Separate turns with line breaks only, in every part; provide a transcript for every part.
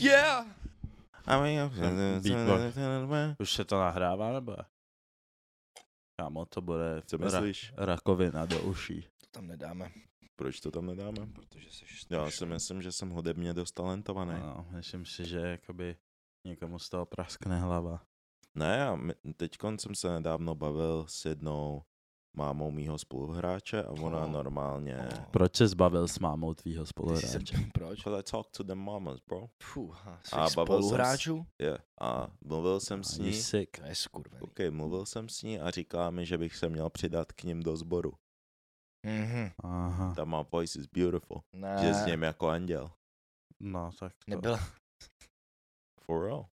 Yeah!
Ten beatbox.
Beatbox.
Už se to nahrává, nebo? ne? Kámo, to bude
Co myslíš?
rakovina do uší.
To tam nedáme,
Proč to tam nedáme?
protože jsi
Já si myslím, že jsem hudebně dost talentovaný.
No, myslím si, že jakoby někomu z toho praskne hlava.
Ne, já teď jsem se nedávno bavil s jednou mámou mýho spoluhráče a ona
Oh.
normálně...
Proč se zbavil s mámou tvýho
Ty jsi se...
spoluhráče?
Proč?
Because I talk to the mamas, bro.
Fuha,
bavil jsem
svých
s-
spoluhráčů?
Yeah. A mluvil jsem s
Ani
ní,
sick.
To je skurvený.
OK, mluvil jsem s ní a říkala mi, že bych se měl přidat k ním do sboru.
Mhm.
Aha,
Ta má voice is beautiful.
Ne,
Že s ním jako anděl.
no tak to.
nebyla.
For real.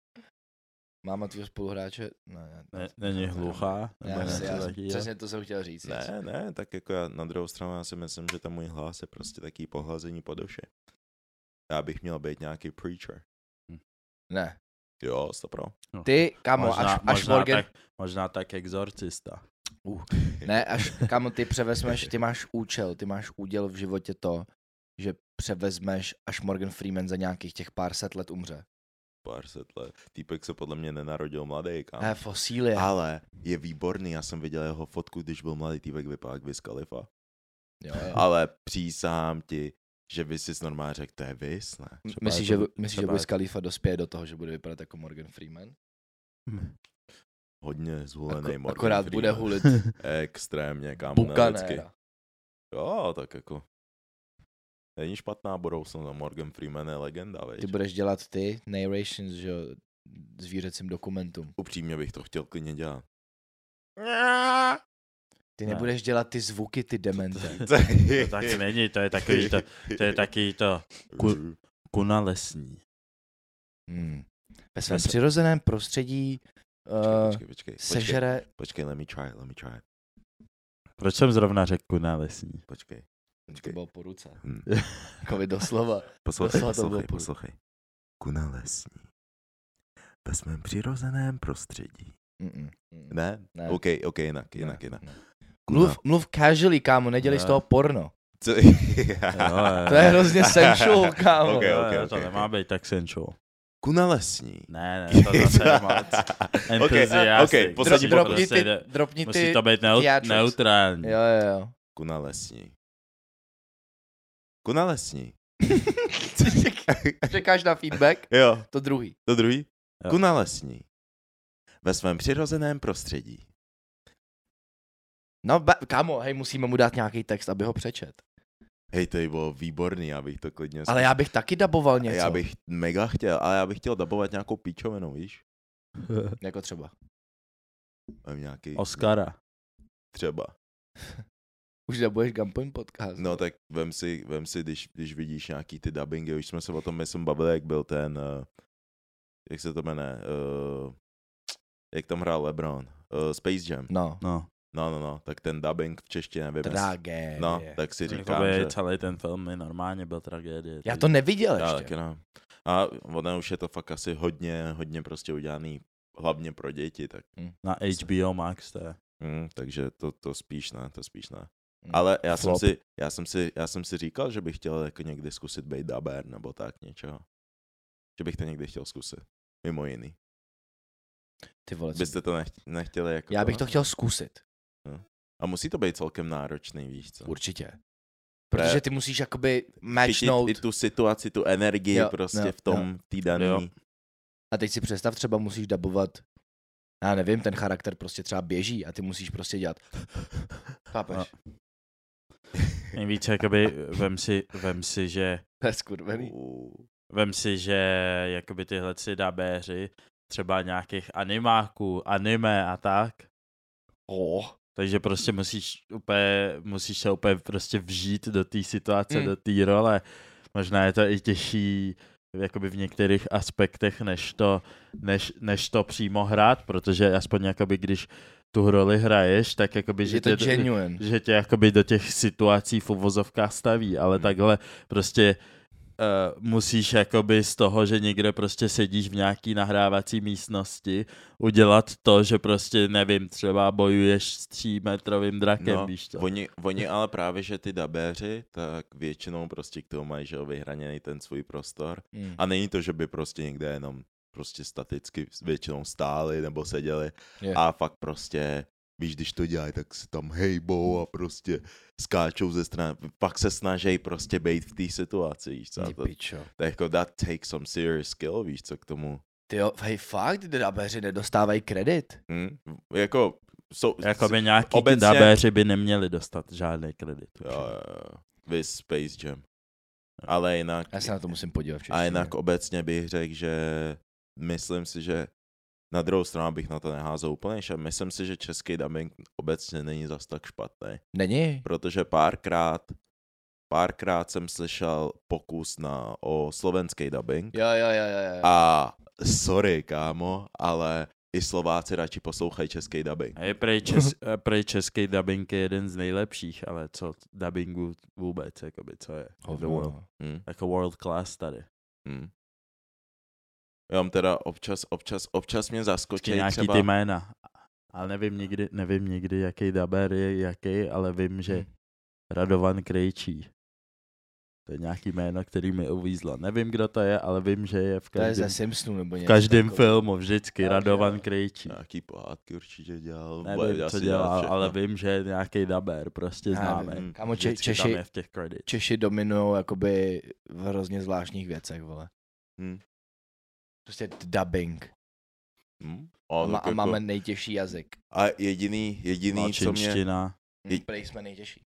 Máma tvýho spoluhráče? Ne,
Ne, není hluchá?
Já,
Nebo
já,
něco
já,
takovýho?
přesně to jsem chtěl říct. jasně.
Ne, ne, tak jako já na druhou stranu já si myslím, že ten můj hlas je prostě taký pohlazení po duši. Já bych měl být nějaký preacher.
ne.
Jo, stopro.
Ty, kamo,
možná,
až, až
možná,
Morgan,
tak, možná tak exorcista.
Ne, až kamo, ty převezmeš, ty máš účel, ty máš úděl v životě to, že převezmeš, až Morgan Freeman za nějakých těch pár set let umře.
Pár set let. Týpek se podle mě nenarodil mladý, kámo.
Ne, fosílie.
Ale je výborný, já jsem viděl jeho fotku, když byl mladý týpek, vypadal jak Wiz Khalifa.
Jo, jo.
Ale přísahám ti, že by si normálně řekl, to je Wiz, ne?
M-
třeba
Myslíš, že,
je to-
myslíš, že
třeba
Wiz
je to-
Khalifa dospěje do toho, že bude vypadat jako Morgan Freeman?
Hodně zvolený
Ako,
Morgan
akorát
Freeman.
bude no. hulit
Extrémně, kámo, nelidsky.
Bukanéra.
Jo, tak jako... Není špatná budoucnost, no Morgan Freeman je legenda, vej.
Ty budeš dělat ty narrations, že jo, zvířecím dokumentům.
Upřímně bych to chtěl klidně dělat.
Ty
Ne.
nebudeš dělat ty zvuky, ty demente.
To tak není, to je takový to, to je takový to ku- kuna lesní.
Hmm. Ve svém
se-
přirozeném prostředí
Počkej,
uh,
počkej, počkej, počkej,
sežere...
počkej, let me try, let me try,
Proč jsem zrovna řekl kuna lesní?
počkej.
To bylo po ruce.
Hm.
Jakoby doslova.
Poslouchej,
Doslova to bylo
poslouchej,
půl.
poslouchej. Kuna lesní. Ve svém přirozeném prostředí.
Mm-mm. Mm-mm.
Ne?
Ne.
OK, OK, jinak, jinak,
Ne,
jinak.
Mm,
No.
ne.
Kuna-
Mluv, mluv casually, kámo, nedělej z
Ne.
toho porno.
Co?
To je hrozně sensual, kámo.
Ok,
Ne,
ok,
ne,
ok,
to
ok.
nemá být tak sensual.
Kuna lesní.
Ne, ne, to zase je moc. Entuziastik.
ok, poslední
Musí to
bod.
dropni
prostě
ty,
jde-
dropni
Musí
ty.
to být neu-
theatrics.
neutrální.
Jo, jo, jo.
Kuna lesní. Kuna lesní.
Čekáš na feedback?
Jo,
To druhý.
to druhý.
Jo.
Kuna lesní. Ve svém přirozeném prostředí.
No, ba- kámo, hej, musíme mu dát nějaký text, aby ho přečet.
Hej, to bylo výborný, já bych to klidně...
Ale já bych taky daboval něco.
Já bych mega chtěl, ale já bych chtěl dabovat nějakou píčovinu, víš?
Jako třeba.
Mám nějaký...
Oscara.
Třeba.
Už dabuješ Gunpoint podcast.
No tak vem si, vem si když, když vidíš nějaký ty dubbingy, už jsme se o tom, myslím, bavili, jak byl ten, eh, jak se to jmenuje, eh, jak tam hrál LeBron, eh, Space Jam.
No.
No.
No, no, no, tak ten dubbing v češtině, nevím. jestli-
Tragédie.
No, tak si říkám,
Jakoby
že...
celý ten film mi normálně byl tragédie.
Já to neviděl
Já
ještě.
taky ne. A ono už je to fakt asi hodně, hodně prostě udělaný, hlavně pro děti, tak.
Na HBO Max to je.
Mm, takže to, to spíš ne, to spíš ne.
Mm.
Ale já jsem,
Flop.
si, já, jsem si, já jsem si říkal, že bych chtěl jako někdy zkusit být daber nebo tak něčeho. Že bych to někdy chtěl zkusit. Mimo jiný.
Ty vole, co-
Byste to nech, nechtěli jako...
já bych to chtěl zkusit.
A musí to být celkem náročný, víš co?
Určitě.
To je-
Protože ty musíš jakoby
Chytit
matchnout.
i tu situaci, tu energii
Jo,
jo, prostě
jo,
v tom
Jo.
týdaní.
A teď si představ, třeba musíš dabovat, já nevím, ten charakter prostě třeba běží a ty musíš prostě dělat. Chápeš?
No. Nejvíc jakoby vem si, vem si, že
To je skurvený.
U-
vem si, že jakoby tyhle si dabéři třeba nějakých animáků, anime a tak,
Oh.
takže prostě musíš úplně, musíš se úplně prostě vžít do té situace,
Mm.
do té role. Možná je to i těžší jakoby v některých aspektech, než to, než, než to přímo hrát, protože aspoň jakoby když tu roli hraješ, tak jakoby, že
Je to
tě-
genuine.
že tě jakoby do těch situací v uvozovkách staví, ale
Hmm.
takhle prostě uh, musíš jakoby z toho, že někde prostě sedíš v nějaký nahrávací místnosti, udělat to, že prostě nevím, třeba bojuješ s třímetrovým drakem,
No,
víš to.
Oni, oni ale právě, že ty dabéři, tak většinou prostě k tomu mají že jo, vyhraněný ten svůj prostor.
Mm.
A není to, že by prostě někde jenom prostě staticky většinou stáli nebo seděli
Je.
a fakt prostě, víš, když to dělají, tak se tam hejbou a prostě skáčou ze strany, pak se snaží prostě být v té situaci, víš co, a
Ty
to,
pičo.
to jako that takes some serious skill, víš co, k tomu,
Ty jo, hej, fakt, dabeři nedostávají kredit.
hm? jako, jsou,
Jakoby nějaký
obecně-
obecně... dabéři by neměli dostat žádný kredit.
jo, jo, jo. Viz Space Jam, ale jinak,
Já se na to musím podívat v
A
češtině.
jinak obecně bych řekl, že myslím si, že na druhou stranu bych na to neházel úplně, že myslím si, že český dubbing obecně není zas tak špatný.
Není?
Protože párkrát, párkrát jsem slyšel pokus na, o slovenský dubbing
Jo, jo, jo, jo. jo.
a sorry kámo, ale i Slováci radši poslouchají český dubbing.
A je prej, čes, eh, prej český dubbing je jeden z nejlepších, ale co dubbingu vůbec, jakoby, co je?
Hovno. no.
Hm?
Jako world class tady.
Hm. Já mám teda občas, občas, občas mě
Počkej,
zaskočí
nějaký
třeba...
ty jména. Ale nevím nikdy, nevím nikdy, jaký daber je jaký, ale vím, že
Hm.
Radovan Krejčí. To je nějaký jméno, který mi uvízlo. Nevím, kdo to je, ale vím, že je v
To je
každém,
ze Simpsonů nebo
v
něco
každém
takového.
filmu vždycky.
Jo, že
Radovan
jo.
Krejčí.
Nějaký pohádky určitě dělal. bude
Nevím, co
asi
dělal,
všechno.
ale vím, že je nějaký daber, prostě
no. Já
známe.
vím.
Kámo, Če-
Vždycky tam
Češi-
je v těch credit.
Češi dominují jakoby v hrozně zvláštních věcech, vole.
Hm.
Prostě dubbing.
Hm?
A,
A,
ma-
tak
a
jako-
máme nejtěžší jazyk.
a jediný, jediný,
No,
co mě...
čínština,
Hm, Prej jsme nejtěžší.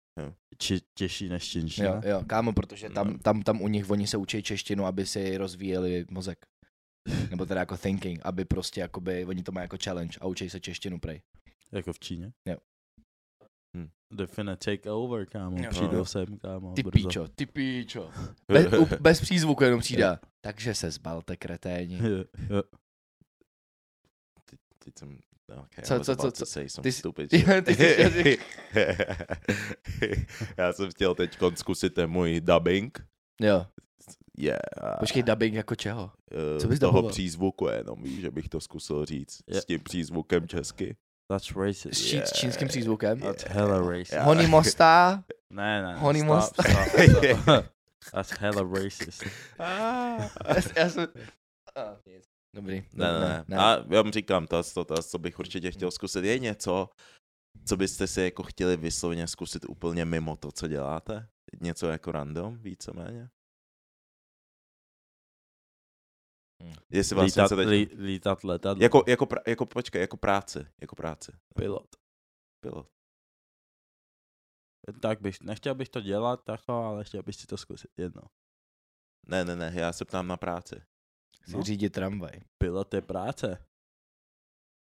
či, těžší než čínština.
Jo, jo, kámo, protože tam, tam, tam u nich oni se učí češtinu, aby si rozvíjeli mozek. Nebo teda jako thinking, aby prostě jakoby, oni to mají jako challenge a učí se češtinu prej.
Jako v Číně?
Jo.
Hm.
The finna take over, kámo.
Jo.
Přijdou
Jo.
sem, kámo.
Ty
No, brzo.
píčo, ty píčo. Bez, up, bez přízvuku jenom přijde. Takže se zbalte, kreténi.
Jo.
Teď jsem... no, Okay,
Co-
I was
co-
about
co-
to
co-
say some
ty jsi-
stupid
ty-
shit.
ty jsi jazyk.
Já jsem chtěl teď zkusit ten můj dubbing.
Jo,
Yeah.
počkej, dubbing jako čeho?
Eh,
co bys
toho
dubboval?
přízvuku jenom, víš, že bych to zkusil říct
Je.
s tím přízvukem česky.
That's racist.
S, čí, s čínským přízvukem?
That's hella racist.
Já-
Honí mosta,
Ne, ne, ne.
Honey
stop,
mustard.
stop, stop. That's hella racist.
Já s- já jsem... A, nic. Dobrý.
Ah. Ne, ne, ne. A já vám říkám, to, to, to, co bych určitě chtěl zkusit, je něco, co byste si jako chtěli vysloveně zkusit úplně mimo to, co děláte? Něco jako random, víceméně?
Hm.
Jestli vlastně Lítat,
Lítat,
chcete...
lí, lítat letadlo.
Jako, jako, pra, jako, počkej, jako práci, jako práci,
pilot.
pilot.
Tak bych, nechtěl bych to dělat, tako, ale chtěl bych si to zkusit jedno.
Ne, ne, ne, já se ptám na práci.
Si
no.
řídit tramvaj.
Pilot je práce.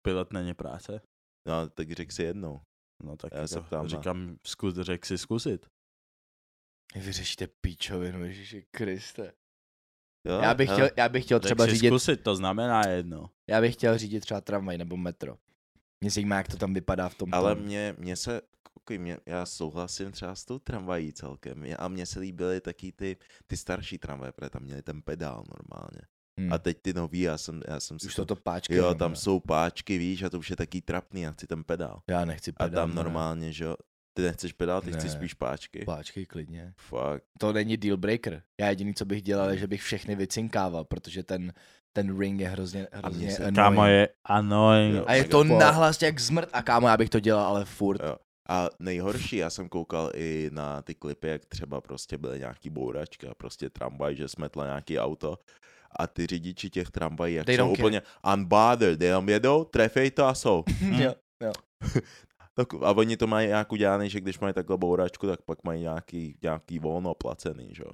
Pilot není práce.
No, tak řek si jednou.
No tak
Já se
jako
ptám na-
říkám, zkus, řek si zkusit.
Vyřešíte píčovinu, Ježíši Kriste.
Jo,
Já bych
hele,
chtěl, já bych chtěl třeba
řek si
řídit,
zkusit, to znamená jedno.
já bych chtěl řídit třeba tramvaj nebo metro. Mě zajímá, jak to tam vypadá v tom.
Ale
tom.
mě, mě se, kukuj, mě, já souhlasím třeba s tou tramvají celkem. Mě- A mně se líbily taky ty, ty starší tramvaje, protože tam měli ten pedál normálně.
Hm.
A teď ty nový, já jsem, já jsem si
Už to to páčky.
Jo,
jenom,
tam
ne?
jsou páčky, víš, a to už je taký trapný, já chci ten pedál.
Já nechci
A
pedál.
tam
ne.
normálně, že jo, ty nechceš pedál, ty
Ne.
chceš spíš páčky.
Páčky klidně.
Fakt.
To není deal breaker. Já jediný, co bych
Hmm.
dělal, je, že bych všechny vycinkával, protože ten, ten ring je hrozně, hrozně
se-
annoying.
Kámo je jako- annoying.
Jo. jako,
A je to nahlas jak zmrt. A kámo, já bych to dělal, ale furt.
A nejhorší, já jsem koukal i na ty klipy, jak třeba prostě byly nějaký bouračky a prostě tramvaj, že smetla nějaký auto. A ty řidiči těch tramvají, jak
They
jsou
don't care.
úplně unbothered, jenom jedou, trefej to a jsou.
Jo, jo.
Tak, a oni to mají nějak udělané, že když mají takhle bouračku, tak pak mají nějaký, nějaký volno placený, že jo.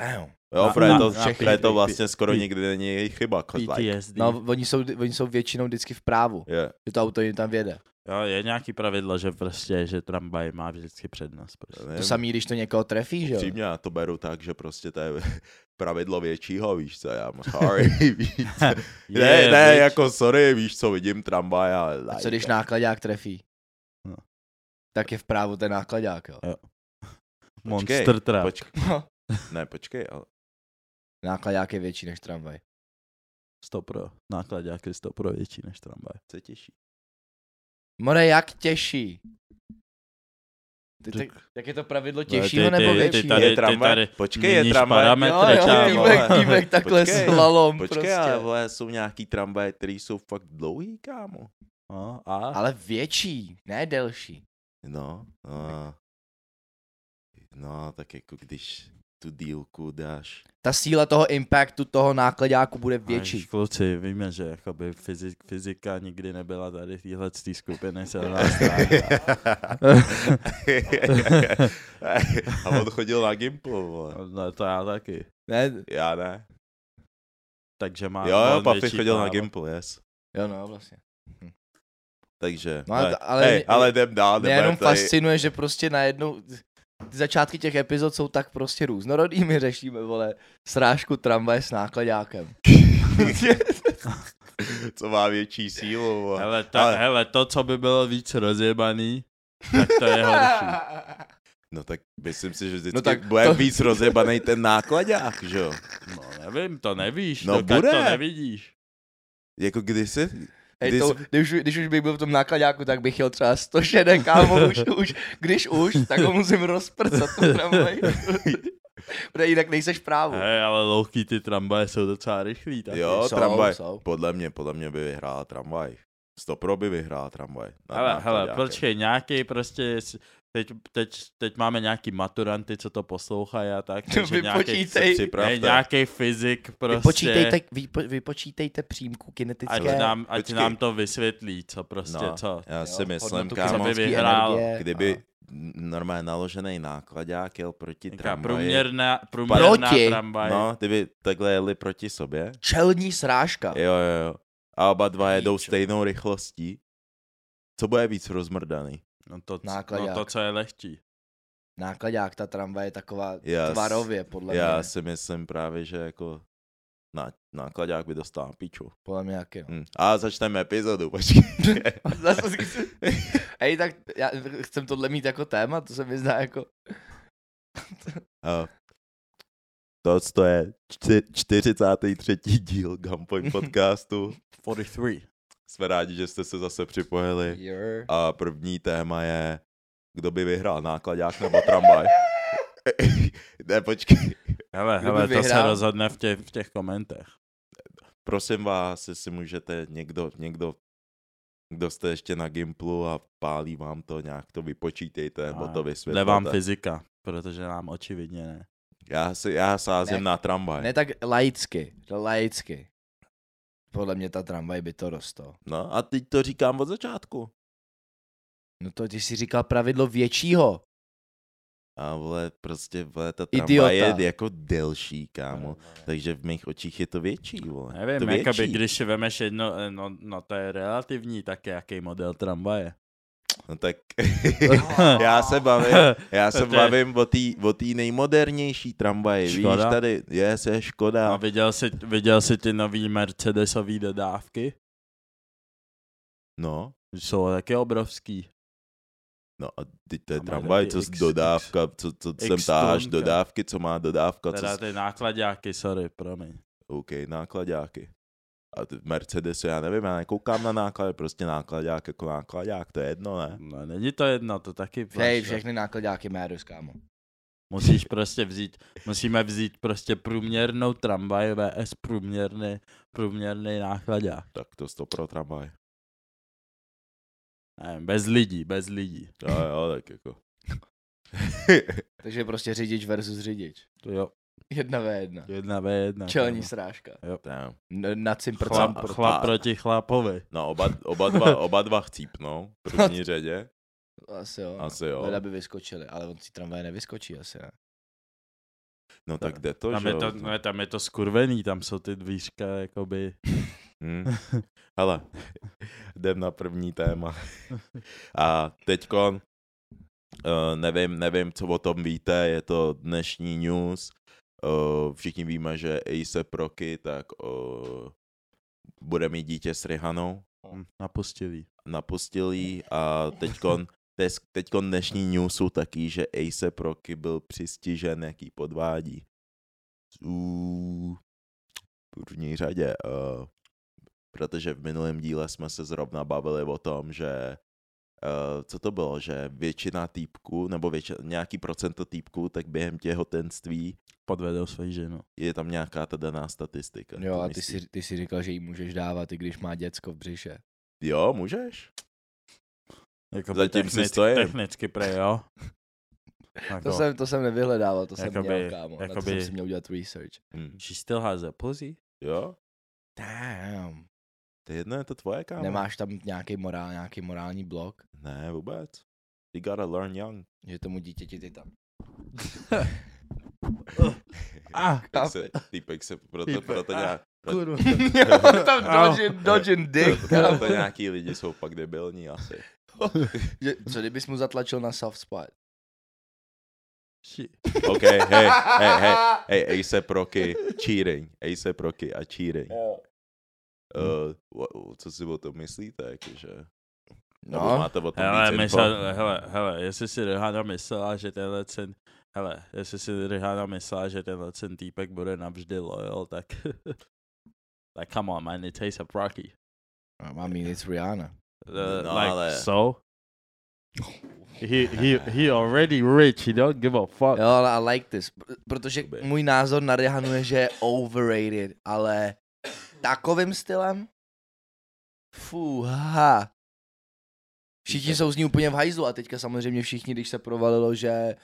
Damn.
Jo,
Na-
protože
na-
to,
na
protože
P-
to
P-
vlastně skoro
P-
nikdy není jejich chyba. 'cause Like,
PTSD.
No, oni jsou, oni jsou většinou vždycky v právu,
yeah.
že to auto jim tam věde.
Jo, je nějaký pravidlo, že prostě, že tramvaj má vždycky přednost. Prostě.
To samý, když to někoho trefí, že jo?
Upřímně, já to beru tak, že prostě to je pravidlo většího, víš co, já sorry, víš co. Ne, ne,
bitch.
jako sorry, víš co, vidím tramvaj a...
A co když nákladák trefí?
No.
Tak je v právu ten nákladák, jo.
Monster trap.
Počkej,
No,
ne, počkej, ale...
Nákladák je větší než tramvaj.
100 pro. Nákladák je 100 pro větší než tramvaj.
Co je těžší?
More, jak těžší? Ty,
Tak-
tak, tak je to pravidlo
ty-
těžšího
ty-
nebo
ty
větší?
tady-
je tramvaj.
tady
Počkej, je
měníš
tramvaj.
jo,
parametry,
jo,
čávo.
týbek, týbek, takhle
Počkej,
slalom
Počkej,
prostě.
ale vole, jsou nějaký tramvaje, které jsou fakt dlouhý, kámo.
No, a?
ale větší, ne delší.
No, no. No, tak jako když tu dílku dáš.
Ta síla toho impactu toho nákladáku bude
Až
větší.
kluci, víme, že jakoby fyzik, fyzika nikdy nebyla tady v téhle tý skupině silná stránka.
A on chodil na Gimplu, vole.
No to já taky.
Ne?
Já ne.
Takže má
Jo, jo,
on
papi
větší
chodil na
práva.
Gimplu, yes.
Jo, no, vlastně.
Takže,
No, ale
ne.
to- ale
Hej,
mě-
ale jdem dál,
Mě
nebudem
jenom
tady-
fascinuje, že prostě najednou ty začátky těch epizod jsou tak prostě různorodý. My řešíme, vole, srážku tramvaje s nákladákem.
co má větší sílu. vole.
Hele, ta,
Ale-
hele, to, co by bylo víc rozjebaný, tak to je horší.
No tak myslím si, že vždycky
No
no
tak
tak bude
to-
to... víc rozjebanej ten nákladák, že jo?
No nevím, to nevíš,
No,
no, to, bude.
bude.
tak to nevidíš.
Jako kdysi?
Hej,
Když-
to, když, už- když už bych byl v tom nákladáku, tak bych jel třeba 106, kámo, už, už, když už, tak ho musím rozprcat tu tramvaj. Protože jinak nejseš v právu.
Hej, ale louky ty tramvaje jsou docela rychlí. Tak
Jo,
jsou,
tramvaj.
jsou.
Podle mě, podle mě by vyhrála tramvaj. Stopro by vyhrála tramvaj. nad
Hele, hele,
nákladákem.
počkej, nějaký prostě, s- teď, teď, teď máme nějaký maturanty, co to poslouchají a tak, takže nějaký,
Vypočítej,
Připravte.
nějaký fyzik prostě,
vypočítejte, vypo, vypočítejte přímku
ať
kinetické.
nám, ať
Počkej.
nám to vysvětlí, co prostě,
No.
co.
Já si
jo,
myslím,
hodnotu
kámo,
kinetické
by
kámo,
vyhrál,
energie.
kdyby
A-
n- normálně naložený nákladák jel proti
Nějaká
tramvaji.
průměrná, průměrná
Proti.
tramvaj.
No, kdyby takhle jeli proti sobě.
Čelní srážka.
Jo, jo, jo. A oba dva jedou
Píčo.
stejnou rychlostí. Co bude víc rozmrdaný?
No to, c- no
Nákladák.
to, co je lehčí.
Nákladák, ta tramvaj je taková
Já s-
tvarově, podle
Já
mě.
si myslím právě, že jako na, nákladák by dostal piču.
Podle mě jak jo.
Hm. A začneme epizodu, počkej.
Zase si- Ej, tak já chcem tohle mít jako téma, to se mi zdá jako...
A to, to je čty- 43. díl Gunpoint podcastu.
43.
Jsme rádi, že jste se zase připojili.
Jr.
A první téma je, kdo by vyhrál, nákladák nebo tramvaj? ne, počkej.
Hele,
Kdo by
hele, to se
vyhrál?
rozhodne v těch, v těch komentech.
Prosím vás, jestli můžete někdo, někdo, kdo jste ještě na Gimplu a pálí vám to nějak, to vypočítejte nebo
A
to
Jde vám
vysvětlete.
fyzika, protože nám očividně ne.
Já, si, já sázím
Ne.
na tramvaj.
Ne tak laicky, laicky. Podle mě ta tramvaj by to rostlo.
No a teď to říkám od začátku.
No to ty jsi říkal pravidlo většího.
A vole, prostě vole, ta
Idiota.
tramvaj je jako delší, kámo. Takže v mých očích je to větší, vole. Je to
Nevím,
větší.
jakoby, když si vemeš jedno, eh, no, no to je relativní, tak jaký model tramvaje.
No tak já se bavím, já se
To je-
bavím o té o tý nejmodernější tramvaji, víš,
Škoda? No,
tady, yes, je
A
škoda.
viděl jsi, viděl jsi ty nový Mercedesový dodávky?
No,
Jsou taky obrovský.
no a teď to je
A má
tramvaj,
taky
co
X-
z dodávka, co, co
X
sem táháš,
stonka.
dodávky, co má dodávka, co
Teda
s...
ty nákladáky, sorry, promiň.
OK, nákladáky. A ty Mercedes, já nevím, já nekoukám na náklady, prostě nákladák jako nákladák, to je jedno, ne?
No, není to jedno, to taky...
Hej,
máš-
všechny nákladáky Mérus, kámo.
Musíš prostě vzít, musíme vzít prostě průměrnou tramvaj vs průměrný, průměrný nákladák.
Tak to sto pro tramvaj.
Nevím, bez lidí, bez lidí.
Jo, jo, tak jako.
Takže prostě řidič versus řidič.
To jo,
Jedna ve jedna.
jedna ve jedna.
Čelní
kámo.
srážka.
Damn.
N- nad cím prcám.
Chlap,
Chlap-
chlap proti chlapovi.
No, oba, oba, dva, oba dva chcípnou v první řadě.
Asi jo.
Asi jo.
Leda by vyskočili, ale on si tramvaje nevyskočí asi, ne?
No tak jde to,
Tam
že
je
jo. no.
to, ne, tam je to skurvený, tam jsou ty dvířka, jakoby...
Hm. Hele, jdem na první téma. A teďkon, eh, nevím, nevím, co o tom víte, je to dnešní news. Eh, Všichni víme, že Ace Proky, tak eh, bude mít dítě s Rihanou.
Hm, Napustilý.
napustil jí a teďkon, tes- teďkon dnešní news jsou taky, že Ace Proky byl přistižen, jaký podvádí. U... V první řadě, uh, protože v minulém díle jsme se zrovna bavili o tom, že uh, co to bylo, že většina týpků, nebo většina, nějaký procento týpků, tak během těhotenství
Podvedl svoji ženu.
je tam nějaká ta daná statistika.
Jo,
To
a ty
myslíš-
si, ty si říkal, že jí můžeš dávat, i když má děcko v břiše.
Jo, můžeš.
Jakoby
Zatím si
technicky,
stojím.
Technicky pre, jo. Jako,
To, jsem, to jsem nevyhledával, to jsem
Jakoby-
měl, kámo. Na to jsem
jakoby-
si měl udělat research.
Hm.
She still has a pussy.
Jo,
Damn.
to je jedno je to tvoje, kámo.
Nemáš tam nějaký morál, nějaký morální blok,
Ne, vůbec. You gotta learn young.
že tomu dítěti ty tam.
Ah,
Tak se, týpek se proto,
Týpek,
proto,
a,
nějak, proto,
kurva.
jo, tam
Au.
dodžin, dodžin dick. kámo.
proto nějaký lidi jsou pak debilní asi.
Že- Co kdybys mu zatlačil na soft spot?
She-
OK, hej, hej, hej, hej, ASAP Rocky, cheating, ASAP Rocky a cheating.
Hmm.
Uh, wha- co si o tom myslíte, jakože? Nebo
No,
máte o tom
Hele,
víc
myslel, hele, hele, jestli si Rihanna myslela, že tenhle ten, hele, jestli si Rihanna myslela, že tenhle ten týpek bude navždy loyal, tak, like, come on, man, it tastes of Rocky.
I mean, it's Rihanna.
Uh,
No,
like,
ale-
so? Oh, He, he, he already rich, he don't give a fuck.
Jo, ale I like this, pr- protože
Dobrý.
můj názor na Rihanu je, že je overrated, ale takovým stylem? Fuha. Všichni jsou z ní úplně v hajzlu a teďka samozřejmě všichni, když se provalilo, že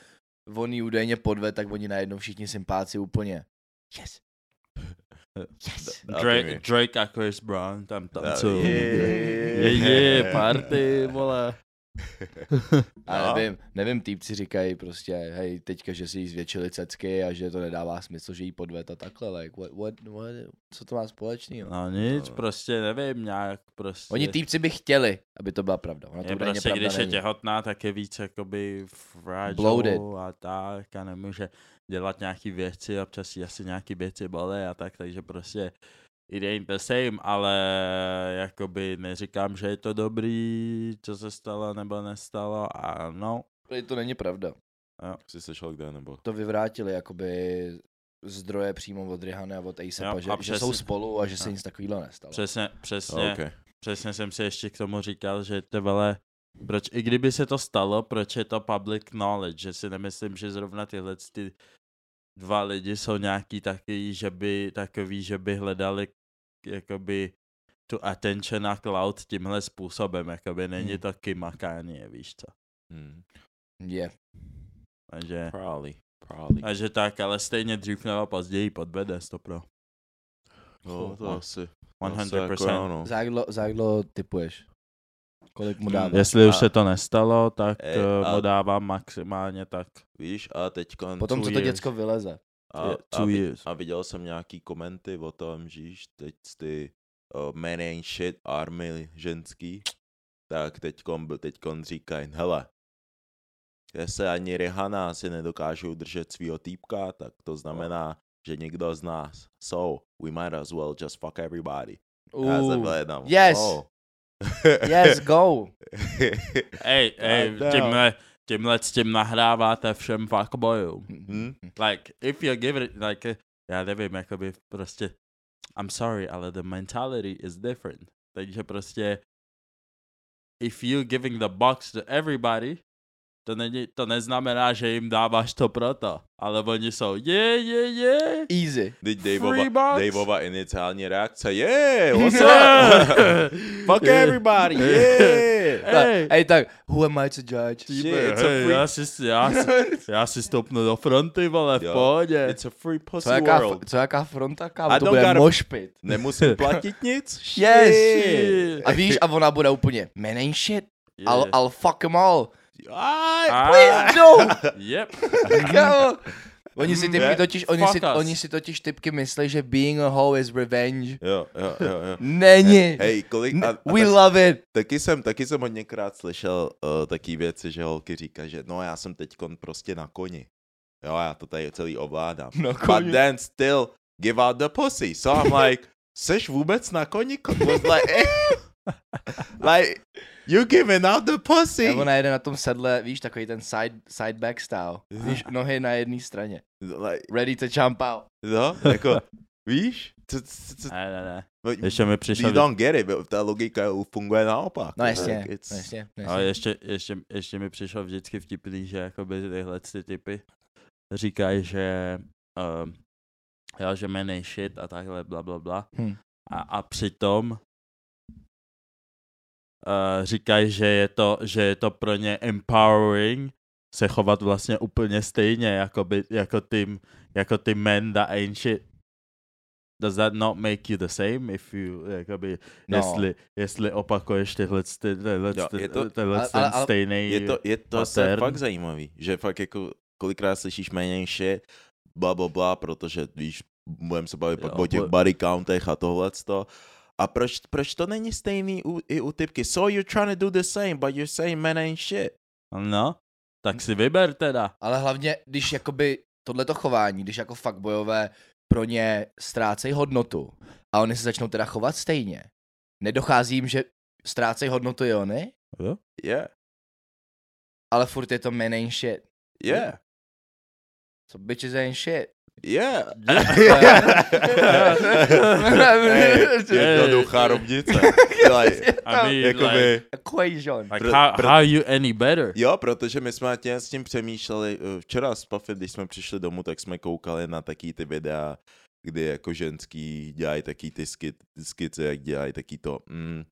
on ji údajně podve, tak oni najednou všichni sympáci úplně. Yes. Yes.
Dáte mi.
Drake, Drake a Chris Brown tam tancují.
je,
Je, je, party, vole.
A
No.
nevím, nevím, týpci říkají prostě, hej, teďka, že si jí zvětšili cecky a že to nedává smysl, že jí podvet a takhle, like, what, what, what, co to má společného?
No nic,
No.
prostě nevím, nějak prostě.
Oni týpci by chtěli, aby to byla pravda. Ona to
je
údajně
prostě,
pravda
když je
není.
těhotná, tak je víc jakoby
Bloated.
fragile a tak a nemůže dělat nějaký věci, občas jí asi nějaký věci bolí a tak, takže prostě it ain't the same, ale jakoby neříkám, že je to dobrý, co se stalo nebo nestalo a no.
Tady to není pravda.
Jsi sešel kde, nebo?
To vyvrátili jakoby zdroje přímo od Rihany a od
Jo,
ASAPa,
a
že, že
přesně-
jsou spolu a že se
Jo.
nic takového nestalo.
Přesně, přesně.
Oh, okay.
Přesně jsem si ještě k tomu říkal, že ty vole, proč, i kdyby se to stalo, proč je to public knowledge, že si nemyslím, že zrovna tyhle ty dva lidi jsou nějaký takový, že by, takový, že by hledali jakoby tu attention na cloud tímhle způsobem, jakoby není
Hmm.
to Kim a Kanye, víš co.
Hmm.
Je.
Takže,
Probably, probably.
a že tak, ale stejně dřív nebo později podvede 100 pro.
No, to
no.
asi. asi jako
100%.
jo, no.
Zádlo, zádlo typuješ. Kolik mu
Hmm,
dáváš?
Jestli už
A-
se to nestalo, tak
Ej,
eh,
a-
mu dávám maximálně tak
Víš, a teďkon...
Potom,
two
co to
years.
děcko vyleze.
A,
Je-
a,
two
vi-
years.
a viděl jsem nějaký komenty o tom, že již teď ty uh, men ain't shit army ženský, tak teďkon, byl- teďkon říkají, hele, jestli ani Rihanna si nedokáže udržet svýho týpka, tak to znamená, že někdo z nás jsou. We might as well just fuck everybody. Já jsem byl jenom,
Yes.
"Oh."
Yes, go!
Ej, ej,
damn.
tímhle, tímhle s tím nahráváte všem fuckboyům.
hm?
Like, if you give it, like, eh, já nevím, jakoby prostě, I'm sorry, ale the mentality is different. Takže prostě, if you giving the box to everybody, to, není, to neznamená, že jim dáváš to proto, ale oni jsou, je, je, je.
Easy.
Teď
Free
Daveova,
box?
Daveova iniciální reakce, yeah, what's up? Fuck everybody, yeah!
Ej,
Ej, tak, who am I to judge?
tíbe,
it's a
hej,
freak.
já si, já si, já si stopnu do fronty, vole, v
Jo.
pohodě.
It's a free pussy
Co jaká,
world.
co jaká fronta,
I
kámo? To
don't
bude
gotta-
mošpit.
Nemusím platit nic?
Yes.
Shit.
A víš, a ona bude úplně, man ain't shit,
Yeah.
I'll, I'll fuck 'em all.
A-
Ah,
Please don't,
Yep.
kámo. Oni si typky
Yeah,
totiž, oni si,
fuck us.
oni si totiž typky myslí, že being a hoe is revenge.
Jo, jo, jo, jo.
Není.
Hej, kolik...
N-
A, a
We
tak,
love it.
taky, jsem, taky jsem hodněkrát slyšel uh, taký věci, že holky říká, že no já jsem teďkon prostě na koni. Jo, já to tady celý ovládám.
No,
But then still give out the pussy. So I'm like, seš vůbec na koni? It was like, eh. like, You giving out the pussy.
Nebo najede na tom sedle, víš, takový ten side, side back style. Víš, nohy na jedné straně.
Like,
Ready to jump out.
no, jako, víš? Co, co, co,
Ne, ne, ne.
no,
Ještě mi
you
přišel,
don't get it, but ta logika funguje naopak.
No jasně,
Like, it's-
no jasně, no
ale
jasně.
ještě, ještě, ještě mi přišel vždycky vtipný, že jakoby tyhle ty typy říkají, že um, jo, že menej shit a takhle bla bla bla.
Hm.
A, a přitom uh, říkají, že je, to, že je to pro ně empowering se chovat vlastně úplně stejně, jako, by, jako, ty, jako ty men that ain't shit. Does that not make you the same if you, jakoby,
No.
no. jestli, jestli opakuješ tyhle, ty- tyhle,
Jo, je
ty-
to-
tenhle
ale-
ten
ale- ale-
stejný
Je to, je to se
pattern.
fakt zajímavý, že fakt jako kolikrát slyšíš méně shit, bla, bla, bla, protože víš, budeme se bavit pak
Jo,
o těch
bu-
body countech a tohle to. A proč, proč to není stejný u, i u typky? So you're trying to do the same, but you're saying men ain't shit.
No, tak si vyber teda.
Ale hlavně, když jakoby tohleto chování, když jako fakt bojové pro ně ztrácejí hodnotu a oni se začnou teda chovat stejně, nedochází jim, že ztrácejí hodnotu i oni,
Yeah,
ale furt je to man ain't shit.
yeah,
So bitches ain't shit.
yeah.
Hey,
jednoduchá rovnice. Like,
I mean, like,
jakoby,
Equation.
like
Pr-
how,
pr-
how you any better?
Jo, protože my jsme tě s tím přemýšleli, eh, včera s Puffy, když jsme přišli domů, tak jsme koukali na taký ty videa, kdy jako ženský dělají taký ty skit, skice, jak dělají taký to, mm,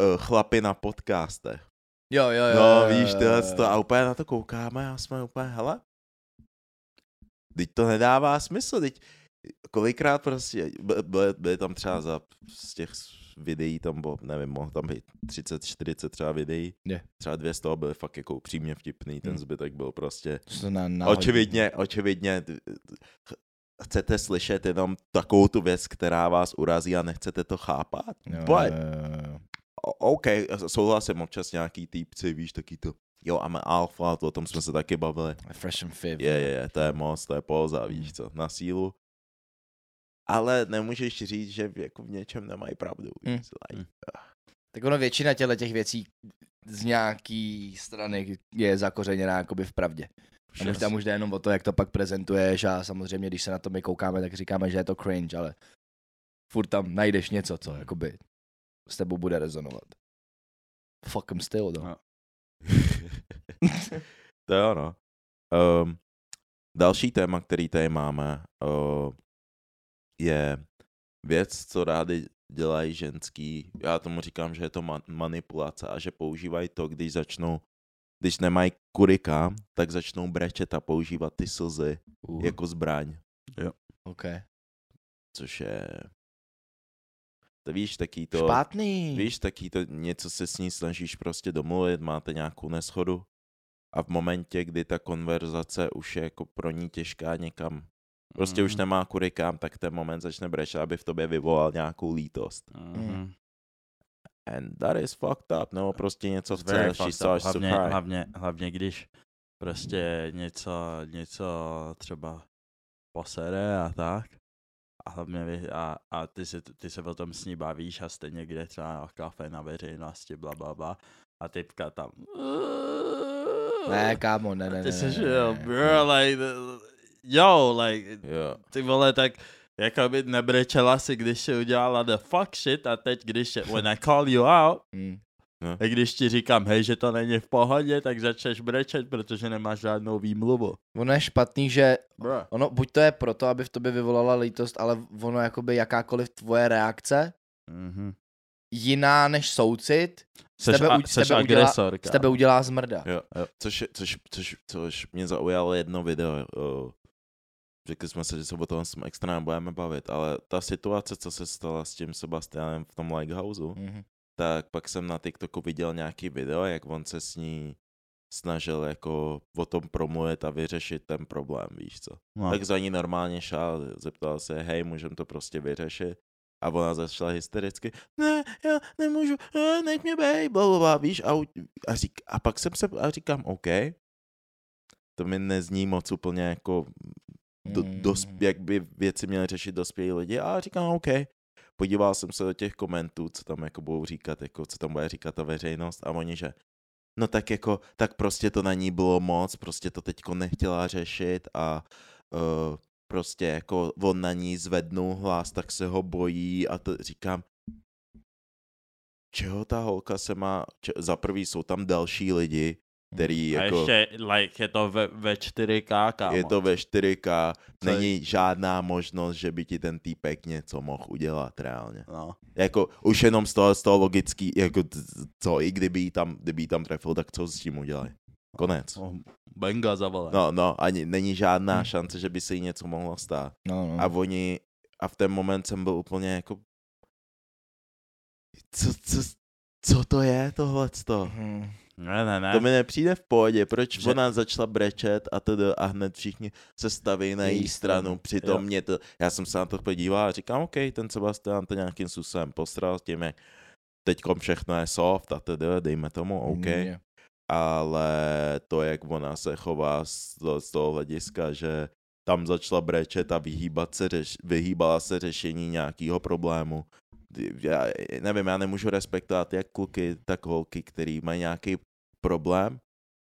eh, chlapy na podcastech.
Jo, jo, jo.
No
jo,
víš,
jo,
tyhle
jo.
to a úplně na to koukáme a jsme úplně, hele, teď to nedává smysl, teď kolikrát prostě, by- by- byly tam třeba za z těch videí, tam bylo, nevím, mohlo tam být 30, 40 třeba videí,
Je.
třeba dvě z toho byly fakt jako upřímně vtipný, ten
Hmm.
zbytek byl prostě,
To se na, na
očividně, očividně, t- t- ch- chcete slyšet jenom takovou tu věc, která vás urazí a nechcete to chápat?
No,
But O- OK, s- souhlasím, občas nějaký týpci, víš, taky to, jo, I'm an alpha, to o tom jsme se taky bavili.
Fresh and fit.
Je, je, je, to je moc, to je poza, víš co, na sílu. Ale nemůžeš říct, že v- jako v něčem nemají pravdu,
Mm.
víš, mm. like,
Tak ono většina těchto těch věcí z nějaký strany je zakořeněná jakoby v pravdě. A možná,
Přesně.
možná jenom o to, jak to pak prezentuješ a samozřejmě, když se na to my koukáme, tak říkáme, že je to cringe, ale furt tam najdeš něco, co jakoby s tebou bude rezonovat. Fucking still, no.
No.
to je ono. Um, další téma, který tady máme, uh, je věc, co rádi dělají ženský. Já tomu říkám, že je to ma- manipulace a že používají to, když začnou, když nemají kurika, tak začnou brečet a používat ty slzy
Uh,
jako zbraň,
OK.
což je... To víš, taký to...
To... Špatný.
Víš, taky to něco se s ní snažíš prostě domluvit, máte nějakou neschodu a v momentě, kdy ta konverzace už je jako pro ní těžká někam, prostě mm. už
Mhm.
nemá kudy kam, tak ten moment začne brečet, aby v tobě vyvolal nějakou lítost.
Mhm.
And that is fucked up, nebo prostě něco
It's very
chce, she
fucked
starts
up.
to
hlavně,
cry.
hlavně, hlavně když prostě něco, něco třeba posere a tak. A, hlavně, vy- a, a ty, se, ty se o tom s ní bavíš a jste někde třeba na kafe na veřejnosti, bla, bla, bla. A typka tam...
Ne, kámo, ne, ne, ne,
A ty
ne,
jsi,
ne,
jo,
ne,
bro, like, the- yo, like,
Jo.
ty vole, tak jakoby nebrečela si, když si udělala the fuck shit a teď, když je, when I call you out,
Mm.
tak když ti říkám, hej, že to není v pohodě, tak začneš brečet, protože nemáš žádnou výmluvu.
Ono je špatný, že
Bro.
ono, buď to je proto, aby v tobě vyvolala lítost, ale ono jakoby jakákoliv tvoje reakce
Mm-hmm.
jiná než soucit,
Seš,
tebe
a,
u- z
seš
tebe udělá-
agresorka.
z tebe udělá zmrda.
Jo. Což, což, což, což mě zaujalo jedno video. o- Řekli jsme se, že se o tom s extrém budeme bavit, ale ta situace, co se stala s tím Sebastianem v tom Lighthouse,
Mhm.
tak pak jsem na TikToku viděl nějaký video, jak on se s ní snažil jako o tom promluvit a vyřešit ten problém, víš co.
No.
Tak za ní normálně šel, zeptal se, hej, můžem to prostě vyřešit. A ona začala hystericky, ne, já nemůžu, eh, nech mě bej, blablabla, víš. A, u- a, řík, a pak jsem se, a říkám, OK, to mi nezní moc úplně jako do, dos,
Mm.
jak by věci měli řešit dospělí lidi a říkám OK. podíval jsem se do těch komentů, co tam jako budou říkat, jako co tam bude říkat ta veřejnost a oni, že no tak jako, tak prostě to na ní bylo moc, prostě to teďko nechtěla řešit a uh, prostě jako on na ní zvednul hlas, tak se ho bojí a to říkám, čeho ta holka se má, če, za prvý jsou tam další lidi, který
A
jako...
ještě, like, je to ve, ve 4K, kámo.
Je to ve 4K,
Co je-
není žádná možnost, že by ti ten týpek něco mohl udělat reálně.
No.
Jako už jenom z toho, z toho logický, jako t- co, i kdyby jí tam, kdyby jí tam trefil, tak co s tím udělají? Konec.
Oh, Benga zavolá.
No, no, ani není
Hmm.
žádná šance, že by se jí něco mohlo stát.
No, no.
A oni, a v ten moment jsem byl úplně jako, co, co, co to je tohleto?
Mhm.
Ne, ne, ne.
To mi nepřijde v pohodě, proč
Že-
že... ona začala brečet a tedy a hned všichni se staví na
Její
její
stranu,
stranu, přitom
jo.
jo. mě to, já jsem se na to podíval a říkám, OK, ten Sebastian to nějakým způsobem posral s tím, jak teďkom všechno je soft a tedy, dejme tomu, OK,
Mm,
mm.
jo.
ale to, jak ona se chová z, to, z toho hlediska, že tam začala brečet a vyhýbat se řeš, vyhýbala se řešení nějakého problému. Já nevím, já nemůžu respektovat jak kluky, tak holky, který mají nějaký problém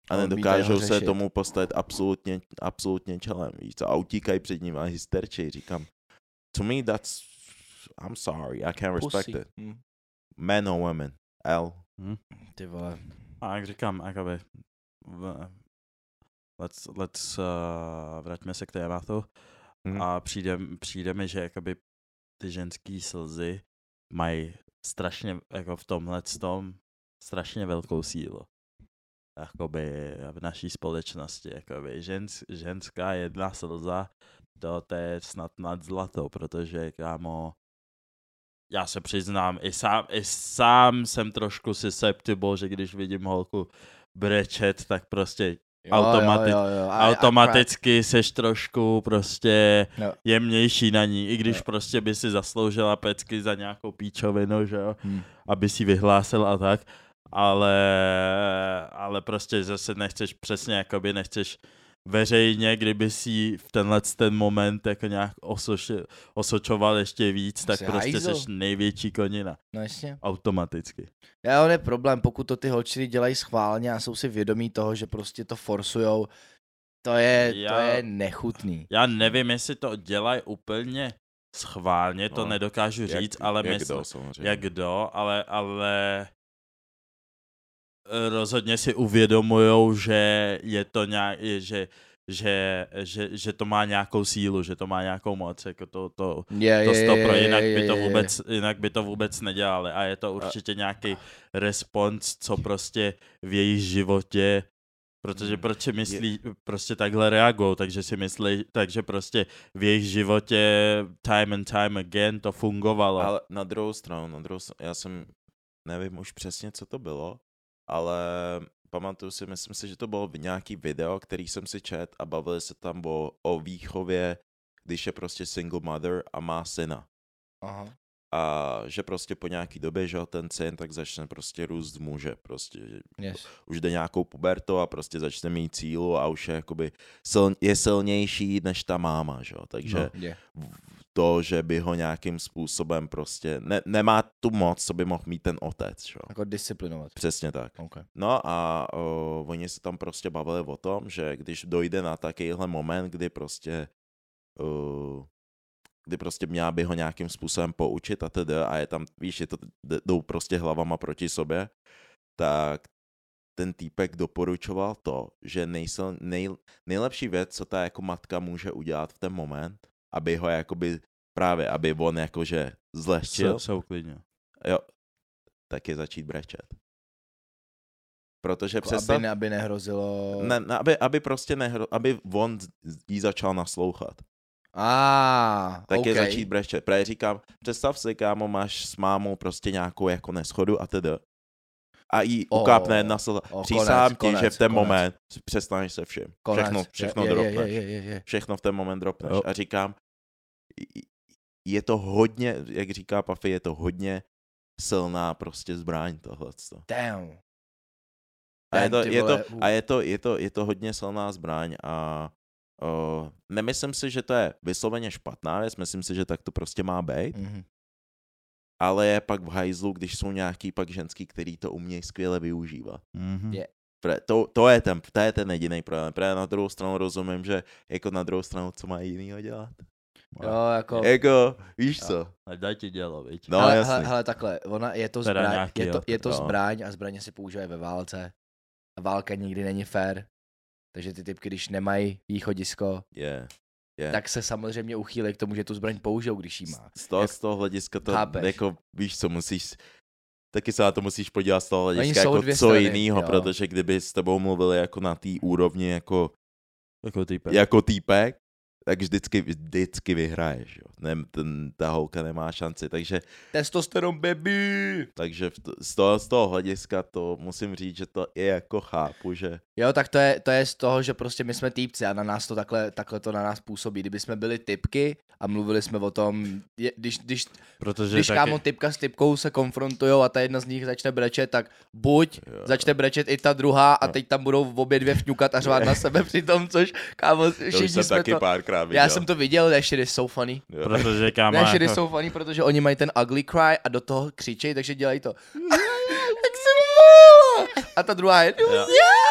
a
A odmítají ho
nedokážou se
řešit.
tomu postavit absolutně, absolutně čelem, víš co, a utíkají před ním a hysterčí, říkám, to me that's, I'm sorry, I can't respect
Pussy.
it.
Mm.
Men or women, L.
Ty vole.
A jak říkám, jakoby, v- let's, let's, uh, vraťme se k tématu.
Mhm.
A přijde, přijde mi, že jakoby ty ženský slzy mají strašně, jako v tomhle tom, strašně velkou sílu. Jakoby v naší společnosti, jakoby žens, ženská jedna slza, to, to je snad nad zlato, protože kámo, já se přiznám, i sám, i sám jsem trošku susceptible, že když vidím holku brečet, tak prostě
Jo,
Automati-
jo, jo, jo. A- a-
automaticky seš trošku prostě
No.
jemnější na ní, i když
Jo.
prostě by si zasloužila pecky za nějakou píčovinu, že jo,
Hm.
aby si vyhlásil a tak, ale, ale prostě zase nechceš přesně, jakoby nechceš veřejně, kdyby si v tenhle ten moment jako nějak osoš, osočoval ještě víc, tak
Jsi
prostě
hajzl.
seš největší konina.
No jasně.
Automaticky.
Já on je problém, pokud to ty holčiny dělají schválně a jsou si vědomí toho, že prostě to forsujou, to je, to
Já-
je nechutný.
Já nevím, jestli to dělají úplně schválně, to
No.
nedokážu
Jak-
říct, ale
jak
myslím,
kdo, samozřejmě.
jak kdo, ale, ale eh, rozhodně si uvědomujou, že je to nějak, že, že, že, že to má nějakou sílu, že to má nějakou moc, jako to, to,
Je,
to
je,
stopro,
je,
jinak
je,
by to
je, je.
vůbec, jinak by to vůbec nedělali a je to určitě nějaký respons, co prostě v jejich životě Protože
Hmm.
proč si myslí, prostě takhle reagují, takže si myslí, takže prostě v jejich životě time and time again to fungovalo.
Ale na druhou stranu, na druhou stranu, já jsem, nevím už přesně, co to bylo, ale pamatuju si, myslím si, že to bylo v nějaký video, který jsem si čet a bavili se tam o, o výchově, když je prostě single mother a má syna.
Aha.
A že prostě po nějaký době, že jo, ten syn tak začne prostě růst v muže, prostě, že
Yes.
už jde nějakou pubertu a prostě začne mít cílu a už je jakoby, sil, je silnější než ta máma, že jo, takže
No.
Je.
to, že by ho nějakým způsobem prostě ne, nemá tu moc, co by mohl mít ten otec. Že? jo.
Jako disciplinovat. Jako
Přesně tak.
Okay.
No a o, oni se tam prostě bavili o tom, že když dojde na takovýhle moment, kdy prostě o, kdy prostě měla by ho nějakým způsobem poučit a tedy a je tam, víš, je to, d- jdou prostě hlavama proti sobě, tak ten týpek doporučoval to, že nejsil, nej, nejlepší věc, co ta jako matka může udělat v ten moment, aby ho jakoby právě, aby on jakože zlehčil,
se, se uklidnil.
jo, tak je začít brečet. Protože
Jako,
přestav,
aby, ne, aby nehrozilo...
ne, ne, aby, aby prostě nehro, aby on z- z- jí začal naslouchat.
Ah,
Tak okay.
okay.
je začít brečet. Právě říkám, představ si, kámo, máš s mámou prostě nějakou jako neschodu a tedy. A jí
O,
ukápne na slza.
o,
Přísám
konec,
ti, že
konec,
v ten
konec.
moment přestaneš se vším.
Konec.
Všechno, všechno
je, je,
dropneš.
je, je, je, je.
Všechno v ten moment dropneš.
Jo.
A říkám, i- i- je to hodně, jak říká Puffy, je to hodně silná prostě zbraň tohleto.
Damn.
A je
Ten,
to,
ty
je to,
vole, u.
a je to, je to, je to hodně silná zbraň a o,
Mm.
nemyslím si, že to je vysloveně špatná věc, myslím si, že tak to prostě má být,
Mhm.
ale je pak v hajzlu, když jsou nějaký pak ženský, který to umějí skvěle využívat.
Mm-hmm.
Je.
Pre, to, to, je ten, to je ten jediný problém. Pre na druhou stranu rozumím, že jako na druhou stranu, co mají jinýho dělat?
Jo, jako...
Jako, víš
Jo.
co?
A daj ti dělo, viď?
No,
hele,
jasný.
hele, hele, takhle, ona je to
Teda
zbraň,
nějaký,
je to,
jo,
je to
jo.
zbraň a zbraně se používají ve válce. A válka nikdy není fair. Takže ty typky, když nemají východisko,
Je. je.
tak se samozřejmě uchýlí k tomu, že tu zbraň použijou, když ji má.
Z- Z toho,
Jak-
z toho hlediska to,
Chápeš.
jako víš co, musíš, taky se na to musíš podívat z toho hlediska
jsou
jako co
dvě strany,
jinýho,
jo.
protože kdyby s tebou mluvili jako na té úrovni jako,
Jako týpek.
jako týpek, tak vždycky, vždycky vyhraješ, jo. Ne, ten, ta holka nemá šanci, takže,
Testosteron baby!
takže v to- z, toho, z toho hlediska to musím říct, že to je jako chápu, že
Jo, tak to je, to je z toho, že prostě my jsme týpci a na nás to takhle, takhle to na nás působí. Kdyby jsme byli typky a mluvili jsme o tom, je, když, když,
Protože
když
taky...
kámo typka s typkou se konfrontujou a ta jedna z nich začne brečet, tak buď
Jo.
začne brečet i ta druhá a
Jo.
teď tam budou obě dvě vňukat a řvát na sebe přitom, což kámo,
to už
všichni
jsem
jsme
taky
to...
párkrát viděl.
Já jsem to viděl, ne, shit is so funny.
Jo.
Protože kámo...
Ne, shit
jako...
is so funny, protože oni mají ten ugly cry a do toho křičej, takže dělají to. tak jsem mohla. A ta druhá je...
Jo.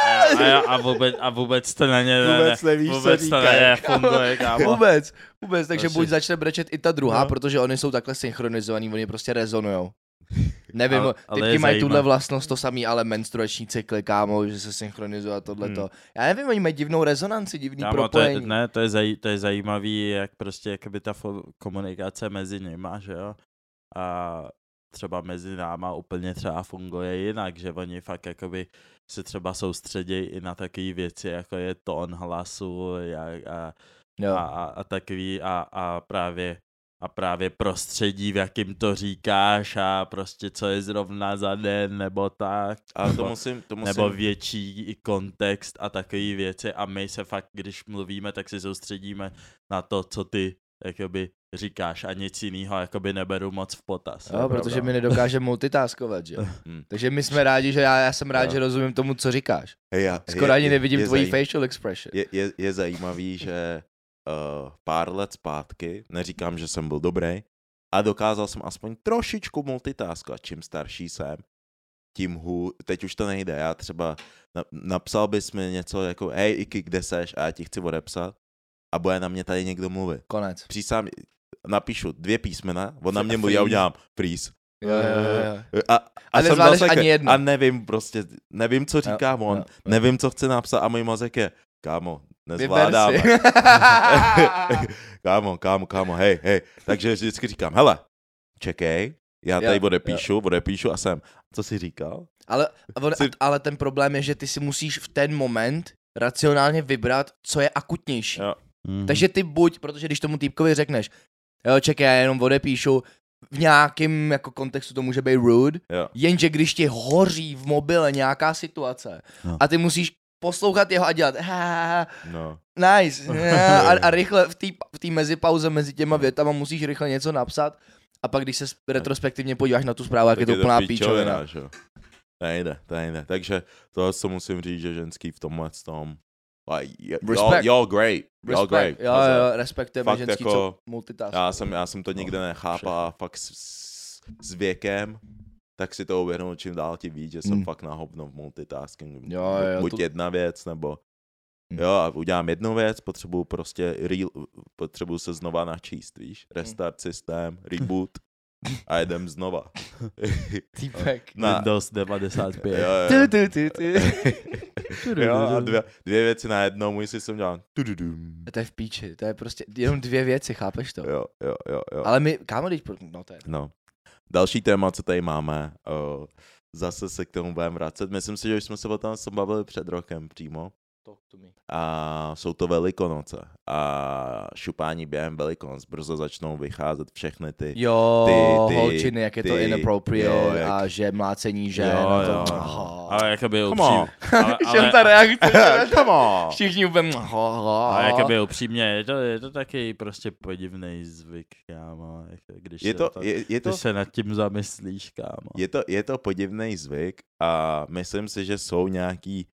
A, a, a, vůbec, a vůbec to na ně... ne-
Vůbec
ne,
nevíš, co
vůbec to na
říkají.
ně funguje, kámo.
Vůbec, vůbec, takže
To
buď
si-
začne brečet i ta druhá,
No.
protože oni jsou takhle synchronizovaní, oni prostě rezonujou. Nevím,
Ale-
ale,
ale
typky
je
mají
zajímavé.
tuhle vlastnost, to samý, ale menstruační cykly, kámo, že se synchronizuje a tohleto. Hmm. Já nevím, oni mají divnou rezonanci, divný
Kámo, to je,
propojení.
ne, to je, zaj, to je zajímavý, jak prostě jakoby ta fo- komunikace mezi nima, že jo? A třeba mezi náma úplně třeba funguje jinak, že oni fakt jakoby se třeba soustředějí i na takové věci, jako je tón hlasu jak, a,
jo.
a, a, a takový a, a právě a právě prostředí, v jakým to říkáš a prostě co je zrovna za den nebo tak.
Ale to
nebo-
musím, to musím,
nebo větší i kontext a takové věci a my se fakt, když mluvíme, tak se soustředíme na to, co ty jakoby říkáš a nic jiného jakoby neberu moc v potaz.
Jo, protože my nedokážeme multitaskovat, že jo.
Hmm.
Takže my jsme rádi, že já, já jsem rád,
Jo.
že rozumím tomu, co říkáš.
Hej, já-
Skoro
je-
ani
je-
nevidím
je
tvoji
zajím-
facial expression.
Je, je, je zajímavý, že uh, pár let zpátky, neříkám, že jsem byl dobrý, a dokázal jsem aspoň trošičku multitaskovat. Čím starší jsem, tím hůř. Teď už to nejde. Já třeba na, napsal bys mi něco jako, hej Iky, kde seš? A já ti chci odepsat. A bude na mě tady někdo mluvit.
Konec.
Přísám, napíšu dvě písmena, on na
A
mě mluví, já
freeze.
udělám freeze.
Jo, jo, jo, jo.
A, a,
A
jsem
nezvládneš
zase-
ani jedno.
A nevím prostě, nevím, co
Jo,
říká on,
jo, jo.
nevím, co chce napsat a můj mozek je, kámo,
Vyber
nezvládáme.
si.
kámo, kámo, kámo, hej, hej. Takže vždycky říkám, hele, čekej, já
Jo,
tady odepíšu, odepíšu a jsem, co jsi říkal?
Ale, a on,
Si-
a- ale ten problém je, že ty si musíš v ten moment racionálně vybrat, co je akutnější.
Jo.
Mm-hmm.
Takže ty buď, protože když tomu týpkovi řekneš, jo, čekej, já jenom odepíšu, v nějakém jako kontextu to může být rude,
Jo.
jenže když ti hoří v mobile nějaká situace
No.
a ty musíš poslouchat jeho a dělat "Ah,
No,
nice ah," a, a rychle v té v té mezipauze mezi těma větama musíš rychle něco napsat a pak když se s- retrospektivně podíváš na tu zprávu, jak je to úplná píčovina.
že jo. To nejde, to nejde. Takže tohle co musím říct, že ženský v tomhle tom, like, y- y'all,
Respekt.
y'all great, y'all great.
Respekt, jo,
Nazdar.
jo, respektujeme
Fakt
ženský,
jako-
co multitask.
Já jsem, já jsem to
No,
nikdy nechápal a fakt s, s- s věkem, tak si to uvědomil, čím dál ti víc, že jsem
Hmm.
fakt na hovno v multitaskingu.
Jo, jo, jo,
Buď
to-
jedna věc, nebo
Hmm.
jo, a udělám jednu věc, potřebuju prostě real, potřebuju se znova načíst, víš,
Hmm.
restart systém, reboot a jedem znova.
Týpek.
Na,
Windows 95.
jo, jo.
Tu, tu, tu, tu.
jo, a dvě, dvě věci na jednou, můj si jsem dělal tududum.
To je v píči, to je prostě jenom dvě věci, chápeš to?
Jo, jo, jo, jo.
Ale my, kámo, teď, pro- no to je,
No. Další téma, co tady máme, uh, zase se k tomu budeme vracet. Myslím si, že už jsme se o tom se bavili před rokem přímo.
talk to me.
A jsou to Velikonoce. A šupání během Velikonoc. Brzo začnou vycházet všechny ty...
Jo, ty,
ty,
ty, holčiny, jak je to
ty,
inappropriate
jo,
jo,
jak-
a že mlácení žen.
jo,
a to,
jo.
Aha.
Ale jakoby
Come on.
upřímně. Ale,
Všem
ale,
ta reakce,
Come on!
všichni úplně, aha.
ale jakoby upřímně, je to, je to taky prostě podivný zvyk, kámo. jako Když
Je
se
to,
to, no.
je, je to,
když se nad tím zamyslíš, kámo.
je to, je to podivný zvyk a myslím si, že jsou nějaký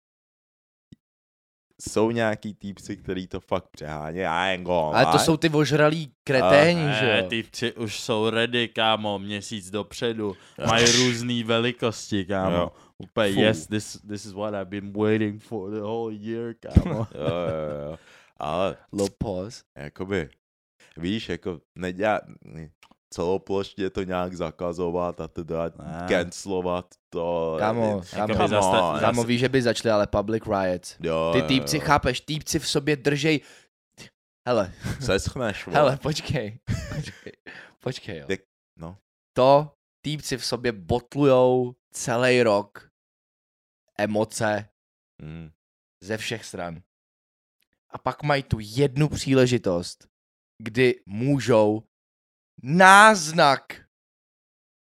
jsou nějaký týpci, který to fakt přehání. Já jen go.
Ale to jsou ty ožralí kreténi, že
Ne,
jo?
ty tři už jsou ready, kámo, měsíc dopředu. Mají různé velikosti, kámo.
Jo.
Úplně,
Fů.
yes, this, this is what I've been waiting for the whole year, kámo.
Jo, jo, jo. Ale
Lopos.
jakoby, víš, jako nedělá, celoplošně to nějak zakazovat a teda
Ne.
cancelovat to.
Kámo, kámo,
Come
zase-
on,
zase-
Kámo, víš, že by začaly ale public riots.
Jo,
Ty
jo,
týpci,
jo.
chápeš, týpci v sobě držej... Hele,
Se schneš, vole.
hele, počkej. Počkej, počkej jo.
Tak, no.
To týpci v sobě botlujou celý rok emoce
Mm.
ze všech stran. A pak mají tu jednu příležitost, kdy můžou náznak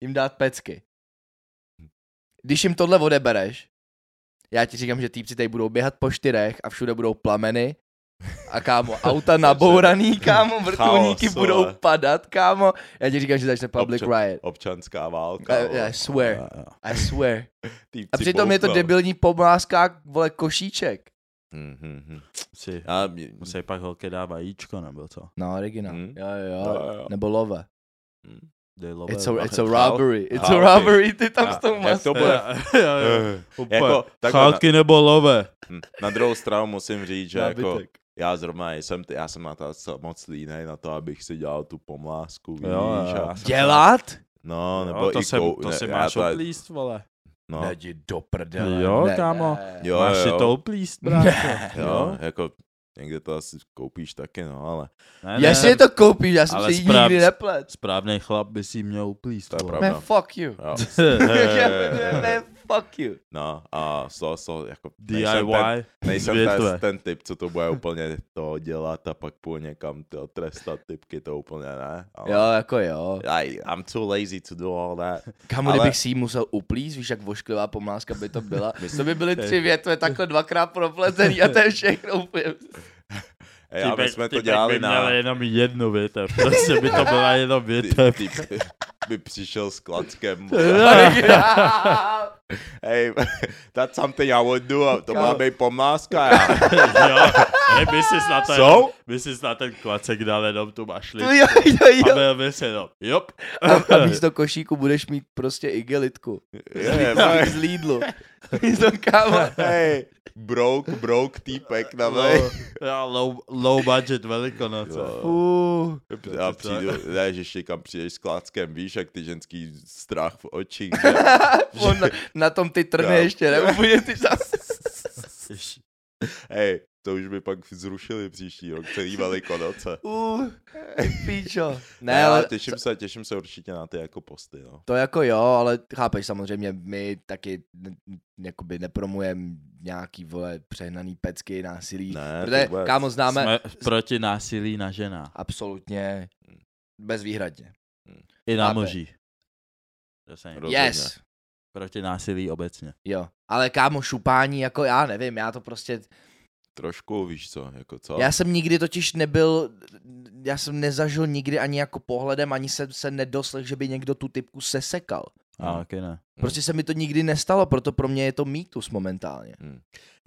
jim dát pecky. Když jim tohle odebereš, já ti říkám, že týpci tady budou běhat po čtyrech a všude budou plameny a kámo, auta nabouraný, kámo, vrtulníky
Chaos,
budou
vole.
padat, kámo. Já ti říkám, že začne public
Občan-
riot. Eh,
Občanská válka.
I,
vole.
I swear, I swear.
Týpci
E, A přitom je to
boufnou.
debilní pomlázka, vole, košíček.
Mm, mm, mm.
Si,
Já, mě-
musí pak holky dát vajíčko, nebo co?
No, originál.
Hmm?
Jo, jo,
Jo,
jo.
jo.
Nebo love.
They love
It's
it,
a,
love
it's
it.
a robbery. It's a
Chalky.
robbery, ty tam
A
s tou
jak to
maskou.
bude?
Jo, jo, jo.
Eh,
Úplně.
Jako, takhle, na,
Chalky nebo love.
hm, na druhou stranu musím říct, že jako,
Nábytek.
já zrovna jsem, t- já jsem na to s- moc línej na to, abych si dělal tu pomlásku, víš,
Jo, jo,
a,
já jsem-
Dělat?
no, nebo
jo, to,
i
se,
kou-
to
ne,
si
já
máš
to-
oplíst, vole.
No,
Ne, jdi do prdele.
Jo,
ne,
kámo.
ne.
jo,
máš si
jo,
to oplíst, brácho.
Ne.
jo, jako, někde to asi koupíš taky, no, ale
Ne, ne,
Jestli to koupíš, já jsem
Ale
si ji
správ-
nikdy neplet.
Správný chlap by si ji měl uplíst.
To je
vole.
pravda.
Man, fuck you.
jo.
Ne, ne, fuck you.
No a so, so, jako nejsem ten,
DIY.
nejsem
větve.
ten, ten typ, co to bude úplně to dělat a pak půjde někam to trestat typky, to úplně ne. Ale
Jo, jako jo.
I, I'm too lazy to do all that.
Kámo,
Ale-
kdybych si ji musel uplíst, víš, jak vošklivá pomlázka by to byla. To by byly tři větve takhle dvakrát propletený a to je všechno úplně.
Ej, a my
Typek-
jsme to
typek
dělali
by
na...
měl jenom jednu větev. Prostě by to byla jenom
Ty,
větev.
ty, by přišel s klackem. Hey, that's something I would do. a To má
Kámo.
být pomláska. Já.
jo, ne, by si na ten,
Jsou?
by si na ten klacek dal jenom tu mašli.
Jo, jo,
A
jo.
byl by si jenom, jop.
A, a místo košíku budeš mít prostě igelitku.
Je,
Navíc z Lidlu. Místo kámo.
hey, broke, broke týpek na
Low,
mě.
jo, No, low, low budget velikonoce.
Jo.
Uh,
Já přijdu, ne, že ještě kam přijdeš s klackem, víš, jak ty ženský strach v očích. že?
on na, na tom ty trny
Jo.
ještě, ne? Úplně ty tam.
Jež-
Hej, to už by pak zrušili příští rok, celý velikonoce.
Uh, píčo.
Ne,
Ne,
ale
ale
těším se, těším se určitě na ty jako posty, no.
to jako jo, ale chápeš samozřejmě, my taky n- jakoby nepromujeme nějaký, vole, přehnaný pecky, násilí.
Ne, to
protože,
vůbec.
kámo, známe,
Jsme proti násilí na ženách.
absolutně,
Hmm.
bezvýhradně.
I na
Chápe.
mužích. Přesně.
Rozhodně.
Yes,
Proti násilí obecně.
jo. Ale kámo, šupání, jako já nevím, já to prostě,
Trošku, víš co, jako co?
Já jsem nikdy totiž nebyl, já jsem nezažil nikdy ani jako pohledem, ani jsem se nedoslech, že by někdo tu typku sesekal.
A
Hm.
taky ne.
Prostě se mi to nikdy nestalo, proto pro mě je to mýtus momentálně.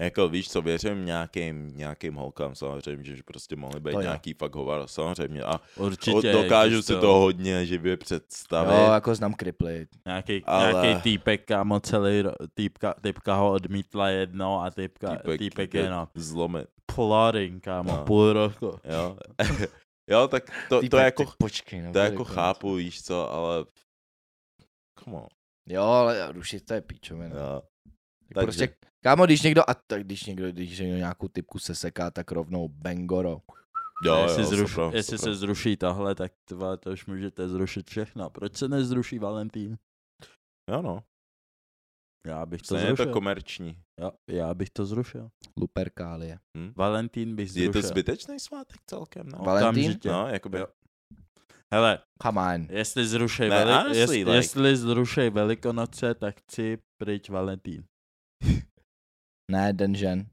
Jako víš co, věřím nějakým, nějakým holkám samozřejmě, že prostě mohly být
To jo.
nějaký fakt hovar, samozřejmě. A
Určitě.
dokážu si
existují.
to hodně živě představit.
Jo, jako znám kriply.
Nějaký,
Ale-
nějaký týpek, kámo, celý ro- týpka, týpka ho odmítla jedno a týpka, týpek, týpek
jde
no.
jenom
Zlomit,
plotting, kámo,
No.
půl roku.
jo. jo, tak to, to,
Týpek,
jako,
ty počkej, no,
to
byli
jako
konec.
chápu, víš co, ale... Come on.
Jo, ale rušit to je píčovina. Jo,
Jo.
tak
takže-
prostě, kámo, když někdo, a tak když někdo, když někdo nějakou typku seseká, tak rovnou bengoro.
Jo,
A
jo,
jestli,
jo,
zruš,
sopra,
jestli
sopra.
se zruší tahle, tak tva, to už můžete zrušit všechno. Proč se nezruší Valentín?
Jo, no.
Já bych to
To je
zrušil.
to komerční.
já, já bych to zrušil.
Luperkálie.
Valentín bych
Je
zrušil.
to zbytečný svátek celkem, no.
Va- Valentín?
Okamžitě.
No, jakoby,
Jo. Hele,
Come on.
jestli zruší
Ne,
veli-
honestly,
jest,
like-
jestli zrušej Velikonoce, tak chci pryč Valentín.
Ne, den žen.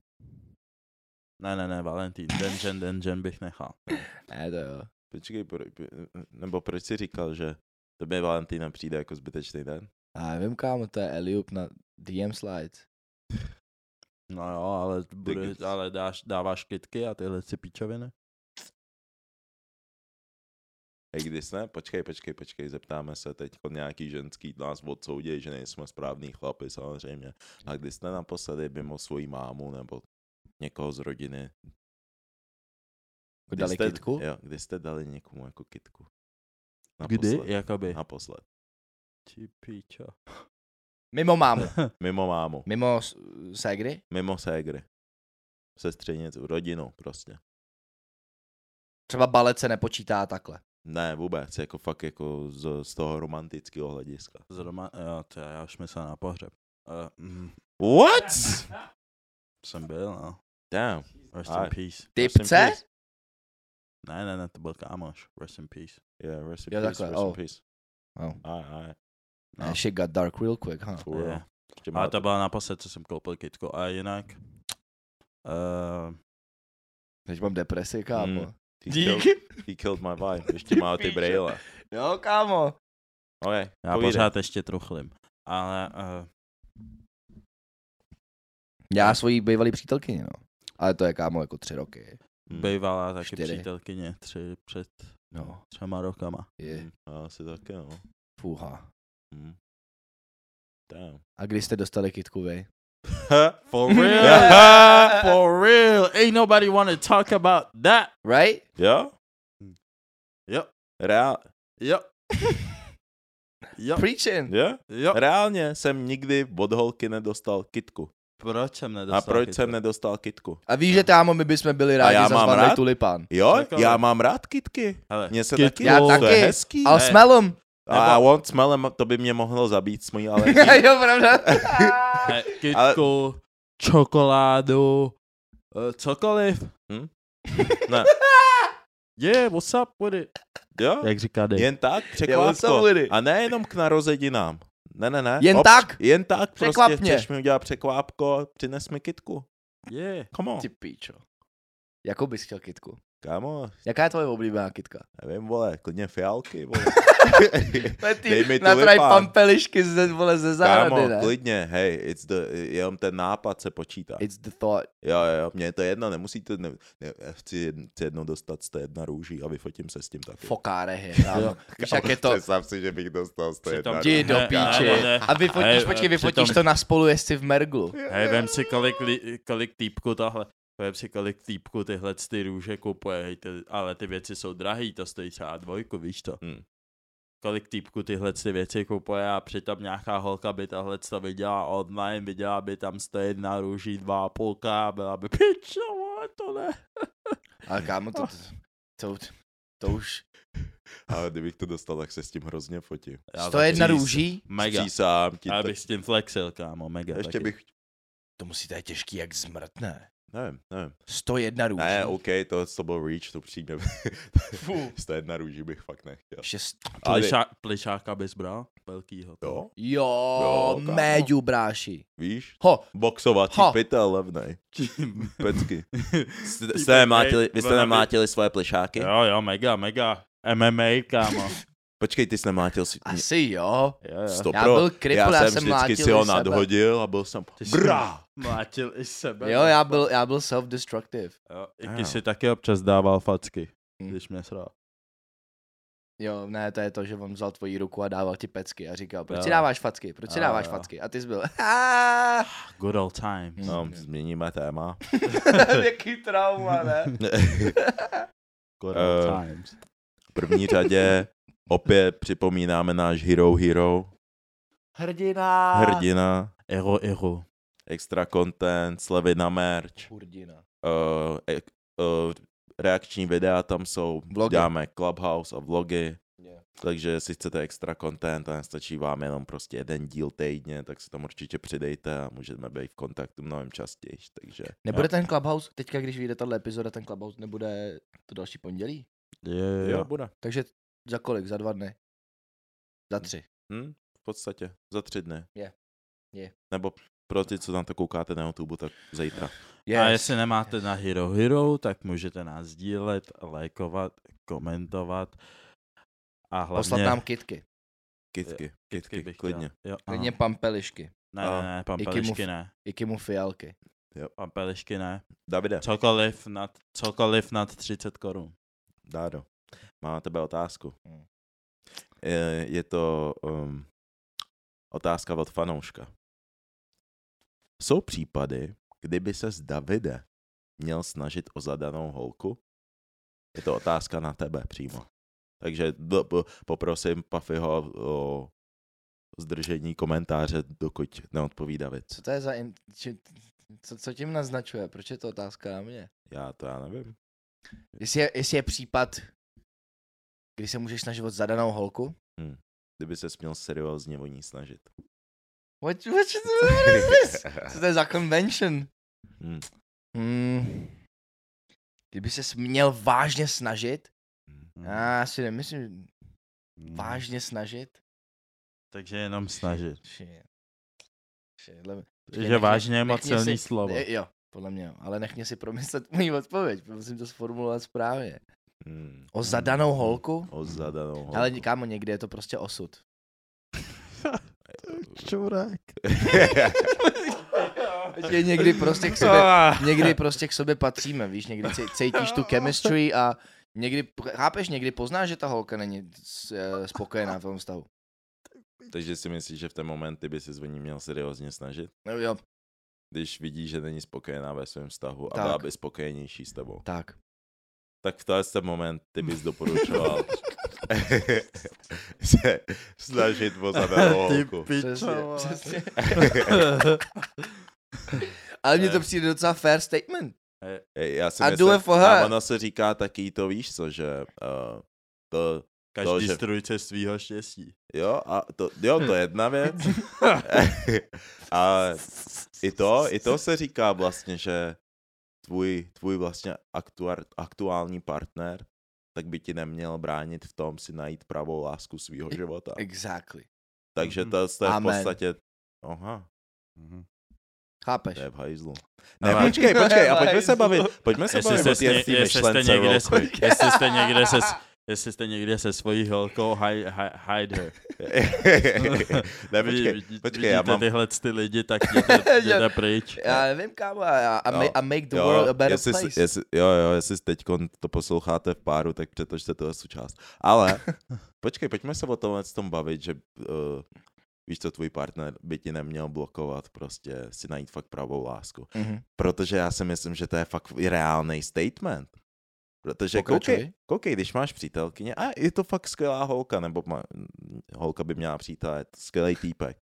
Ne, ne, ne, Valentín. Den žen, den žen bych nechal.
Ne, to jo.
počkej, pro- nebo proč jsi říkal, že tobě Valentína přijde jako zbytečný den?
A já vím, kámo, to je Eliup na DM slides.
No jo, ale, bude,
Digits.
ale dáš, dáváš kytky a tyhle si píčoviny.
I když ne, počkej, počkej, počkej, zeptáme se teď jako nějaký ženský nás odsoudí, že nejsme správný chlapi samozřejmě. A když jste naposledy mimo svoji mámu nebo někoho z rodiny. kdy
Jako Dali
jste,
kytku?
Jo, kdy jste dali někomu jako kitku.
Kdy? Jakoby.
Naposled.
Ty píčo.
Mimo mámu.
Mimo mámu,
Mimo s- ségry?
mimo ségry. Sestřenicu, rodinu prostě.
Třeba balet se nepočítá takhle.
Ne, vůbec, jako fakt jako z, z toho romantického hlediska.
Zrovna, jo, to já už myslel na pohřeb. Uh, mm,
What?
jsem byl, no.
Damn.
Rest
Ale-
in peace.
Typce?
Rest in peace.
Ne, ne, ne, to byl kámoš. Rest in peace.
Yeah, rest in
Jo,
peace,
takhle,
rest in
oh.
peace.
No.
Aj, aj.
No.
Shit got dark real quick, huh?
For real.
Je.
Ještě
Ale
máte-
to byla naposled, co jsem koupil kytku. A jinak... Uh,
Teď mám depresi, kámo.
Mm.
Mm.
He killed, he killed my vibe. Ještě má ty
Píčo.
brejle.
Jo, kámo.
Okay,
já
povídej.
pořád ještě truchlím. Ale uh,
No.
Já svojí bývalý přítelkyni, no. Ale to je, kámo, jako tři roky.
Hmm.
Mm,
bývalá taky
Čtyři.
přítelkyně tři, před
No.
třema rokama.
Je,
mm, Já asi taky, no.
fůha.
Mm. Damn.
A kdy jste dostali kitku vy?
For
real. For real, ain't nobody wanna talk about that.
Right?
jo?
Mm. Jo.
Hm. Reál,
Jo.
No.
Jo,
Preaching.
jo?
Hm. jo.
Reálně jsem nikdy od holky nedostal kitku.
Proč jsem
A
nedostal
proč
kytku?
jsem nedostal kitku?
A víš, že támo, my bychom byli rádi
no. já
za
mám rád?
zvaný tulipán.
Jo,
Řekl.
já mám rád kitky.
Hele,
Mně se
kytku-
taky,
Já
to je
taky,
hezký.
Ale
Ne.
smelem.
A I
Nebo-
want smell, to by mě mohlo zabít s mojí alergií.
jo, pravda.
He, kytku, čokoládu, eh, cokoliv.
Hm? Ne.
Yeah, what's up with it?
jo?
Jak říká Dave.
Jen tak,
what's up
překvapko.
with it?
A nejenom k narozeninám. Ne, ne, ne.
Jen tak?
Jen tak, prostě
Překvapně.
chceš mi udělat překvápko, přines mi kitku.
Yeah.
Come on.
Ty píčo. Jakou bys chtěl kitku?
Kámo,
Jaká je tvoje oblíbená kitka?
nevím, vole, klidně fialky, vole. Dej mi
Ty
tulipán.
natraj pampelišky ze, vole, ze zahrady,
Kámo,
ne?
klidně, hej, it's the, jenom ten nápad se počítá.
It's the thought.
Jo, jo, jo, mně je to jedno, nemusíte, ne, ne, já chci, jedn, chci jednou dostat z té jedna růží a vyfotím se s tím taky.
Fokáre je, kámo. Víš, jak je to?
Představ si, že bych dostal z té
Přitom-
jedna
Jdi
růží.
do
Ne,
píči.
ne, ne.
A vyfotíš,
Hej,
počkej,
eh,
vyfotíš
přitom-
to na spolu, jestli v merglu.
Hej, vem si kolik, li, kolik týpku tohle. Vem si kolik týpku tyhle ty růže kupuje, hej, ty, ale ty věci jsou drahý, to stojí třeba dvojku, víš to.
Hmm.
Kolik týpku tyhle ty věci kupuje a přitom nějaká holka by tohle to viděla online, viděla by tam stojí jedna růží, dva a půlka a byla by pičo, vole, to ne.
Ale kámo, to, to, to, to už...
Ale kdybych to dostal, tak se s tím hrozně fotím.
Já
To je jedna
taky-
růží?
Mega.
Přísám ti
Já
to.
bych s tím flexil, kámo, mega.
Ještě
taky.
bych,
To musí to je těžký jak zmrt, ne?
nevím, nevím.
101 růží.
Ne, OK, to, to byl reach, to přijde.
Fů.
Z té jedna růži bych fakt nechtěl.
Šest...
Ale-
Plišá, plišáka bys bral? Velkýho.
Jo,
Jo,
Jo, kámo.
méďu bráši.
víš?
Ho,
Boxovací
Ha.
pytel levnej. Pecky.
Ty
Jste nemlátili,
pekej,
vy jste
ona by-
nemlátili svoje plešáky?
Jo, jo, mega, mega. MMA, kámo.
Počkej, ty jsi nemlátil si...
asi jo.
Jo, jo.
Stopro.
Já byl kripl, já jsem
vždycky
mlátil
si ho
i sebe.
nadhodil a byl jsem...
Ty jsi-
Brá!
Mlátil i sebe.
Jo, já byl, já byl self-destructive.
Jo, I
Jo.
když si taky občas dával facky,
Hm.
když mě sral.
Jo, ne, to je to, že on vzal tvoji ruku a dával ti pecky a říkal, proč
Jo.
si dáváš facky, proč si
Jo,
dáváš
jo.
facky? A ty jsi byl, "Ah."
Good old time.
Hm.
No, změníme téma.
jaký trauma, ne?
Good
Eh.
old times.
V první řadě opět připomínáme náš Hero Hero,
Hrdina.
hrdina,
Ero, ero.
extra content, slevy na merch,
Hrdina.
uh, ek, uh, reakční videa tam jsou,
Vlogy.
dáme Clubhouse a vlogy,
Yeah.
takže jestli chcete extra content a nestačí vám jenom prostě jeden díl týdně, tak se tam určitě přidejte a můžeme být v kontaktu mnohem častěji, takže
Nebude ten Clubhouse, teďka když vyjde tahle epizoda, ten Clubhouse nebude to další pondělí?
Je,
jo,
jo.
bude.
Takže za kolik? Za dva dny? Za tři.
Hm? V podstatě, za tři dny.
Je. Je.
Nebo pro ty, co na to koukáte na YouTube, tak zítra.
Yes.
A jestli nemáte na Hero Hero, tak můžete nás sdílet, lajkovat, komentovat. A hlavně...
Poslat nám kitky.
Kitky, kitky,
bych
klidně.
chtěl. Jo, aha.
Klidně pampelišky.
Ne, ne, ne,
Iky
pampelišky
mu-
ne.
Ikimu fialky.
Jo.
A pelešky ne.
Davide,
Cokoliv nad, cokoliv nad 30 korun.
Dádo, mám na tebe otázku.
Hmm.
Je, je to um, otázka od fanouška. Jsou případy, kdyby se z Davide měl snažit o zadanou holku? Je to otázka na tebe přímo. Takže do, po- poprosím Pafiho o zdržení komentáře, dokud neodpoví David.
Co to je za... In... Či... Co, co tím naznačuje? Proč je to otázka na mě?
Já to já nevím.
Jestli je, jestli je případ, kdy se můžeš snažit o zadanou holku?
Kdyby se měl seriózně o ní snažit.
What, what, what is this? Co to je za convention?
Hmm.
Hmm. Kdyby se měl vážně snažit, já si nemyslím,
Mm.
vážně snažit.
Takže jenom snažit.
Shit. Shit, dle mě- Počkej,
Že
nech mě-
vážně je moc
nech mě
silný
si- Eh,
slovo.
ne- Jo, podle mě, jo. ale nech mě si promyslet můj odpověď, musím to sformulovat správně.
Hmm.
O zadanou holku?
O zadanou holku.
Ale kámo, někdy je to prostě osud.
Čurák.
Že někdy prostě k sobě, někdy prostě k sobě patříme, víš, někdy cej- cítíš tu chemistry a někdy, chápeš, někdy poznáš, že ta holka není s- eh, spokojená v tom stavu.
Takže si myslíš, že v ten moment ty by si o ní měl seriózně snažit?
No jo,
Když vidí, že není spokojená ve svém vztahu a
Tak.
byla by spokojenější s tebou.
tak.
Tak v tenhle ten moment ty bys doporučoval se snažit o zadanou
Ty
holku.
Přesně,
pičo,
přesně. Ale mně to přijde docela fair statement.
Ej, Já si
A
myslím,
do FH.
a ono se říká taky to, víš co, že uh, to, To,
Každý
že-
strůjce svýho štěstí.
jo, a to, jo, to je jedna věc. a i to, i to se říká vlastně, že tvůj, tvůj vlastně aktuar, aktuální partner, tak by ti neměl bránit v tom si najít pravou lásku svého života.
Exactly.
Takže to, to je v
Amen.
podstatě... Aha, Mhm.
Chápeš?
to je v hajzlu. Ne,
Ale-
počkej, počkej, a pojďme se
Hajzlu.
bavit, pojďme se
Jestli
bavit
jste,
o té
sně,
tý
jestli, jste
myšlence
někde
real
s,
quick.
jestli jste někde se, jestli jste někde se svojí holkou, hide, hide her.
Ne,
Vy-
počkej,
vidí-
počkej, já
vidíte
mám...
tyhle ty lidi, tak jděte, jděte pryč.
Já nevím, kámo, a, a,
No,
ma- a make the world a better
jestli, si-
place.
Jestli, jo, jo, jestli teď to posloucháte v páru, tak přetočte tuhle součást. Ale počkej, pojďme se o tomhle tom bavit, že uh, víš co, tvůj partner by ti neměl blokovat, prostě si najít fakt pravou lásku.
Mhm.
Protože já si myslím, že to je fakt i reálný statement. Protože
Pokračuj.
koukej, koukej, když máš přítelkyně, a je to fakt skvělá holka, nebo ma, holka by měla přítele, je to skvělý týpek,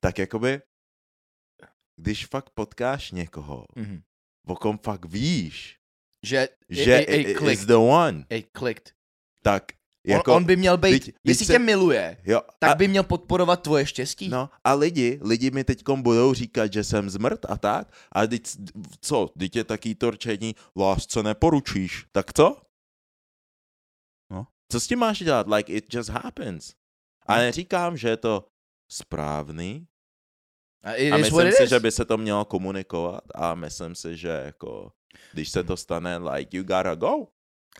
tak jakoby, když fakt potkáš někoho,
Mhm.
o kom fakt víš,
Že,
že
že
i- i- is the one,
Ej, clicked.
tak jako...
on, on by měl být,
Vždyť- vždyť
jestli
se-
tě miluje,
jo,
tak
a,
by měl podporovat tvoje štěstí.
No a lidi, lidi mi teďkom budou říkat, že jsem zmrt a tak, a teď, s- co, teď je taký torčení, lásce neporučíš, tak co?
No.
Co s tím máš dělat? Like it just happens. A
Hmm.
neříkám, že je to správný,
A, it
a
is what
myslím
it
si,
is.
že by se to mělo komunikovat a myslím si, že jako, když se to stane, like you gotta go.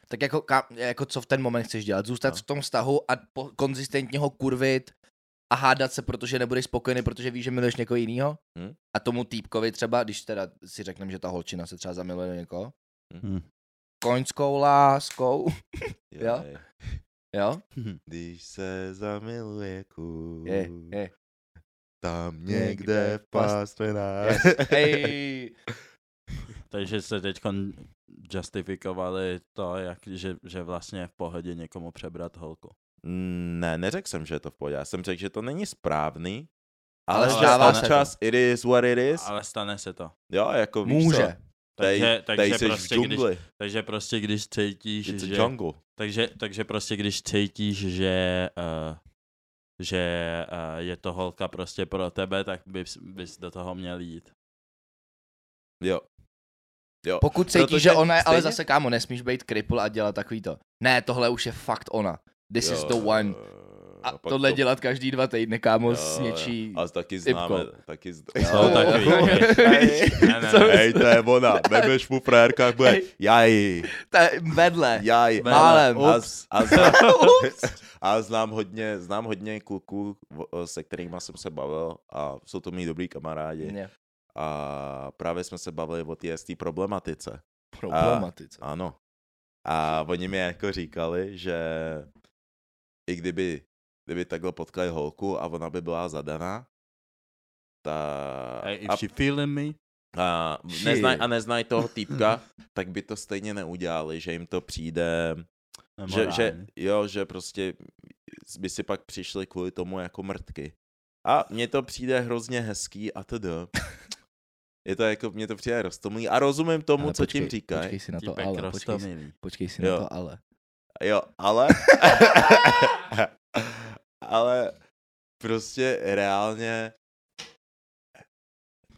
Tak jako, ka, jako co v ten moment chceš dělat? Zůstat
No.
v tom vztahu a po, konzistentně ho kurvit a hádat se, protože nebudeš spokojený, protože víš, že miluješ někoho jiného?
Hm.
A tomu týpkovi třeba, když teda si řekneme, že ta holčina se třeba zamiluje do někoho,
Hm.
koňskou láskou, Jo.
Jej.
jo?
Když se zamiluje kůl,
Je, je.
tam
Někde
někde v
v past-
pastvinách.
Hej,
Takže se teď justifikovali to, jak, že, že vlastně je v pohodě někomu přebrat holku.
Mm, Ne, neřekl jsem, že je to v pohodě. Já jsem řekl, že to není správný, ale,
Ale
že
stává se to.
občas it is what it is.
Ale stane se to.
Jo, jako víš co,
může.
Tady,
Takže,
tady
takže,
jsi
prostě,
v
když,
džungli.
takže prostě když cítíš,
It's
že,
a jungle.
takže, takže prostě když cítíš, že, uh, že uh, je to holka prostě pro tebe, tak bys, bys do toho měl jít.
Jo. Jo.
Pokud cítíš,
Protože
že ona je, ale
stejně-
zase kámo, nesmíš být kripl a dělat takový to. Ne, tohle už je fakt ona. This
jo,
is the one. A
No, pak
tohle
to-
dělat každý dva týdny, kámo,
jo,
s
jo.
něčí.
A taky známe.
typkou.
Taky z...
Jo,
takový,
jo.
Hej,
Ne, ne, ne.
Hej, to je ona. Nebeš mu frajerkách, bude jaj,
To je vedle.
jaj.
Málem.
A, z- a, znám,
Ups.
a znám, hodně, znám hodně kluků, v- se kterými jsem se bavil a jsou to mý dobrý kamarádi.
Ne.
A právě jsme se bavili o té té problematice.
Problematice.
Ano. A oni mi jako říkali, že i kdyby, kdyby takhle potkali holku a ona by byla zadaná, ta...
Hey, if
a,
she feeling me,
a,
Shit.
neznaj, a neznají toho týpka, tak by to stejně neudělali, že jim to přijde... Že, že,
nemorální.
jo, že prostě by si pak přišli kvůli tomu jako mrtky. A mně to přijde hrozně hezký a td. Je to jako, mně to přijde roztomilý a rozumím tomu,
Ale
co tím
počkej-
říkají.
Počkej si na to
Týpek
ale, počkej si,
rostomilý.
počkej si
Jo.
na to ale.
Jo, ale... ale prostě reálně...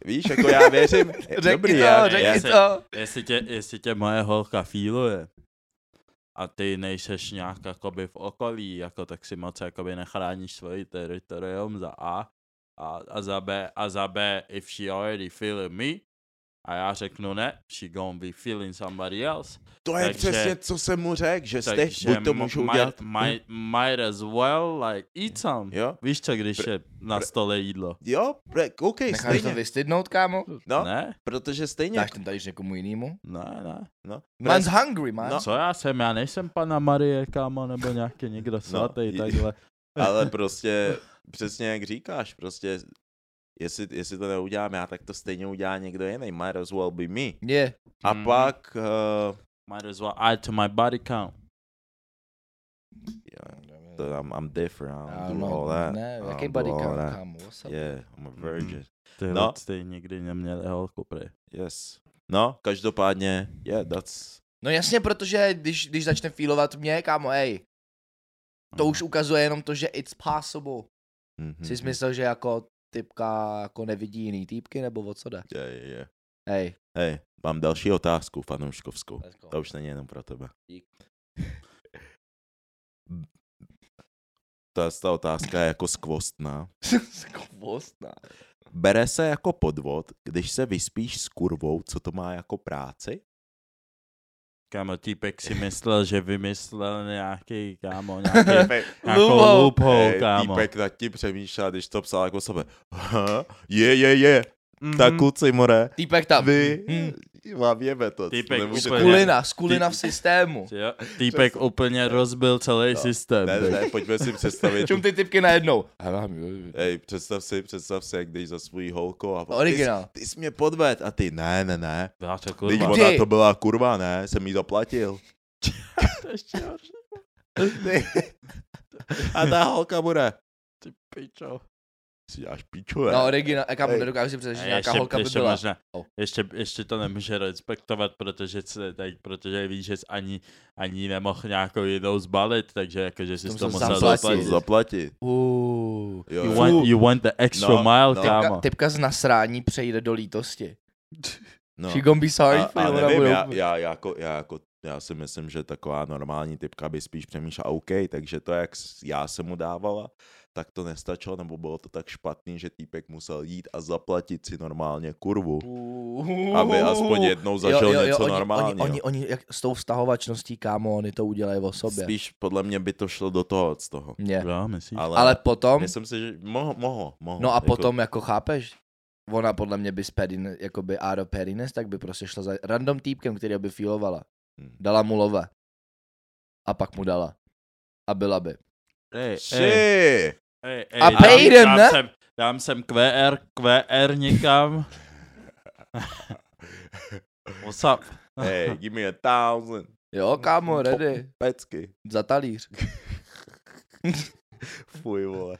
Víš, jako já věřím...
Řekni
Dobrý,
to,
já,
řekni
já,
se-
to.
Jestli tě, jestli tě moje holka fíluje a ty nejseš nějak jakoby v okolí, jako tak si moc jakoby nechráníš svoji teritorium za A, a, a za B, a za B, if she already feeling me, a já řeknu ne, she gonna be feeling somebody else,
To je
takže-
přesně, co jsem mu řekl, že z těch,
takže
buď to můžu
might,
udělat...
might, might as well, like, eat some.
Jo,
Víš co, když je na stole jídlo,
jo, pre- koukej,
Necháš to
stejně,
vystydnout, kámo?
No.
ne?
protože stejně...
Dáš ten tady někomu jinému?
Ne, ne.
No,
Man's hungry, man.
No.
Co já jsem, já nejsem pana Marie, kámo, nebo nějaký někdo svatý,
i-
no, takhle.
Ale prostě, přesně jak říkáš, prostě, jestli, jestli to neudělám já, tak to stejně udělá někdo jiný. Might as well be me.
Je.
A
Mhm.
pak, uh,
Might as well add to my body count.
yeah, to I'm, I'm different, I don't do all
Ano, no,
that.
ne,
I don't
jaký
do
body
all
count,
that.
kámo, Hmm. what's up?
Yeah, I'm a virgin.
Ty
No.
no. jste nikdy neměli holku, prej.
Yes. No, každopádně, yeah, that's...
No jasně, protože když, když začne feelovat mě, kámo, ej, to už ukazuje jenom to, že it's possible.
Mm-hmm.
Jsi myslel, že jako typka jako nevidí jiný týpky, nebo o co jde?
Yeah, yeah, yeah.
Hej,
Hej, mám další otázku, fanouškovskou.
let's go.
To už není jenom pro tebe.
Dík.
Ta, ta otázka je jako skvostná.
Skvostná.
Bere se jako podvod, když se vyspíš s kurvou, co to má jako práci?
Kámo, týpek si myslel, že vymyslel nějaký, kámo, nějaký,
Týpek,
nějakou
Loophole.
loophole, kámo.
týpek nad tím přemýšlel, když to psal jako sebe. "Aha, Je, je, je,
Mhm.
tak kluci more,
Týpek tam.
vy
Hm.
vám jebe to.
Týpek
nemůžete-
úplně-
Skulina, skulina v systému.
Jo, týpek úplně rozbil celý
No,
systém.
Ne,
prej.
ne, pojďme si představit.
Čum ty typky najednou.
Ej, představ si, představ si, jak jdeš za svůj holkou a
Originál.
Ty, jsi- ty jsi mě podved a ty ne, ne, ne.
Já to
Teď
jako kurva.
Lidi-
ona
Kdy?
to byla kurva, ne, jsem jí zaplatil.
To ještě horší,
Ty. A ta holka bude.
ty pičo.
Si děláš piču, ne?
No originál, e, kámo,
Ej.
nedokážu si představit,
A
že nějaká
ještě-
holka by
ještě
byla.
možná-
Oh.
Ještě, ještě to nemůže respektovat, protože, se, teď, protože víš, že jsi ani, ani nemohl nějakou jinou zbalit, takže jakože jsi
To
to, to
musel
musel
zaplatit.
zaplatit.
Zaplatit.
Uuu.
Jo,
You
jo.
want, you want the extra
No,
mile,
no.
kámo.
Typka, typka z nasrání přejde do lítosti.
No.
She gonna be sorry
A,
for
a
you.
nevím,
ona
já,
bude-
já, já, jako, já, jako, já si myslím, že taková normální typka by spíš přemýšlela OK, takže to, jak s- já jsem mu dávala, tak to nestačilo, nebo bylo to tak špatný, že týpek musel jít a zaplatit si normálně kurvu, aby aspoň jednou zažil něco
oni,
normálního.
Oni, oni, oni jak s tou vztahovačností, kámo, oni to udělají o sobě.
Spíš podle mě by to šlo do toho, z toho.
Mně.
Jo, myslíš?
Ale,
Ale potom,
myslím si, že moho, moho, moho.
no a
jako-
potom, jako chápeš, ona podle mě by s Perines, jako by Aro Perines, tak by prostě šla za random týpkem, který by feelovala.
Hmm.
Dala mu love. A pak mu dala. A byla by.
Ej, ej,
Ši!
ej, ej,
A
dám-
Peyton,
dám
ne?
sem- Dám sem QR, QR někam. What's up?
Hey, give me a thousand.
Jo, No,
Hmm,
kámo, ready.
Pecky.
Za talíř.
Fuj, vole.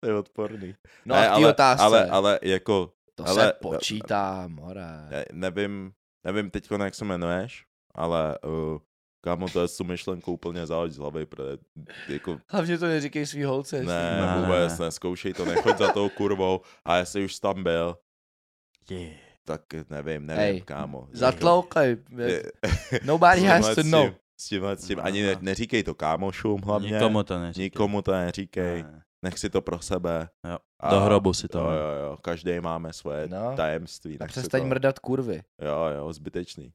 To je odporný.
No
Ne,
a v té otázce.
Ale, ale jako,
to
ale-
se počítá, more.
ne- nevím, nevím teď, jak se jmenuješ, ale uh, kámo, to je tu myšlenku úplně záleží z hlavy, protože jako,
Hlavně to neříkej svý holce. jestli-
ne,
Ne, ne,
vůbec
ne.
neskoušej to, nechoď za tou kurvou a jestli už tam byl,
Yeah.
tak nevím, nevím,
Ej,
kámo.
Zatloukaj.
Je-
Nobody has
tímhle
to
s
know.
tím- S tímhle s tím, ani
No,
ne,
no.
neříkej to kámošům hlavně.
Nikomu to neříkej.
Nikomu to neříkej,
Ne.
nech si to pro sebe.
Jo,
A-
Do hrobu si to.
Jo,
Jo,
jo, jo, každý máme svoje
No.
tajemství.
A
nech si
přestaň
to...
mrdat kurvy.
Jo, jo, zbytečný.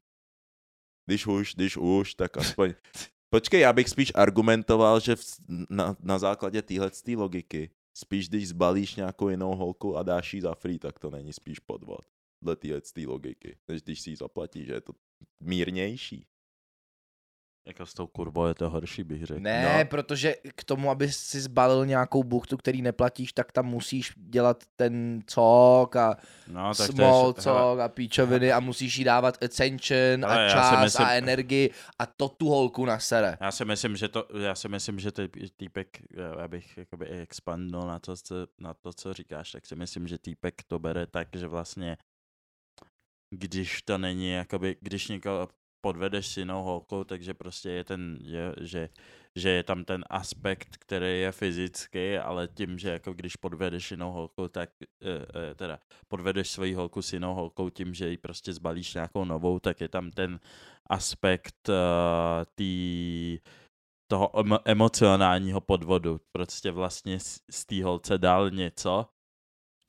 Když už, když už, tak aspoň... Počkej, já bych spíš argumentoval, že v, na, na základě téhle logiky Spíš když zbalíš nějakou jinou holku a dáš ji za free, tak to není spíš podvod. Dle téhle té logiky. Než když si ji zaplatíš, že je to mírnější.
Jako s tou kurvou je to horší, bych řekl.
Ne, no. protože k tomu, aby si zbalil nějakou buchtu, který neplatíš, tak tam musíš dělat ten cok a
no, tak
small
to je, hele,
cok a píčoviny a musíš jí dávat attention
Hele,
a
já si
čas
myslím-
a energii a to tu holku nasere.
já si myslím, že to, já si myslím, že ten týpek, eh, abych jakoby i expandnul na to, co, na to, co říkáš, tak si myslím, že týpek to bere tak, že vlastně, když to není, jakoby, když někoho podvedeš s jinou holkou, takže prostě je ten, je, že, že je tam ten aspekt, který je fyzický, ale tím, že jako když podvedeš jinou holku, tak eh, eh, teda podvedeš svoji holku s jinou holkou tím, že ji prostě zbalíš nějakou novou, tak je tam ten aspekt uh, tý, toho emo- emocionálního podvodu. Prostě vlastně z, z té holce dal něco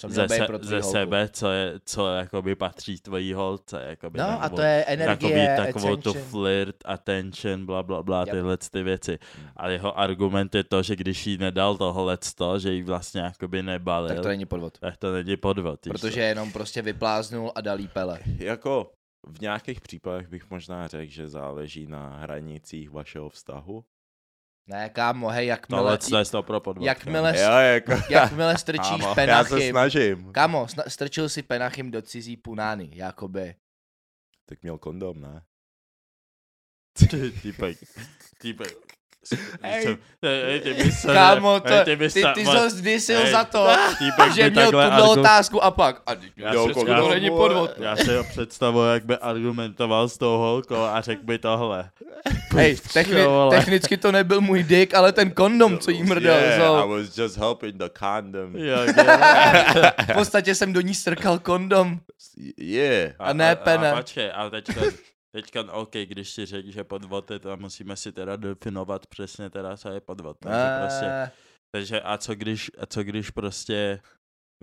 Co měl
ze,
být
se,
pro tvoji
ze
holku.
sebe, co, je, co jakoby patří tvojí holce. Jakoby,
No
nebo
a to je energie,
takový, takovou tu
attention.
flirt, attention, bla, bla, bla,
Yep. Hmm.
tyhle ty věci. A jeho argument je to, že když jí nedal tohle to, že jí vlastně jakoby nebalil,
Tak to není podvod.
tak to není podvod. víš co.
Protože jenom prostě vypláznul a dal jí pele.
Jako v nějakých případech bych možná řekl, že záleží na hranicích vašeho vztahu.
Ne, kámo, hej, jakmile,
Tohle to je to pro podvod.
jakmile,
Jo, jako...
jakmile strčíš
Kámo, já se
Já se
penachim,
snažím.
Kámo, sna- strčil si penachim do cizí punány, jakoby.
Tak měl kondom, ne?
Ty- Týpek. Týpek.
Ej.
Jsem- Ej, ty bys se-
Kámo, to,
ej,
ty,
bys
ty,
ta-
ty
vole,
jsi zdisil
Ej,
za to,
týpek
že
by
měl
takhle
tuhle
argu-
otázku a pak. A ty-
Já
jo,
si-
kolo,
já-
to není podvod.
Já si ho představuji, jak by argumentoval s tou holkou a řekl by tohle.
Hej, techni-
vole.
technicky to nebyl můj dick, ale ten kondom, co jí mrdel.
Yeah, I
so.
was just helping the condom.
Jak
V
je-
podstatě jsem do ní strkal kondom.
Yeah.
A ne pene.
A, počkej, a teďka, teďka, OK, když si řekl, že podvod je, to musíme si teda definovat přesně teda, co je podvod. Takže prostě,
Eh,
takže a co když, a co když prostě,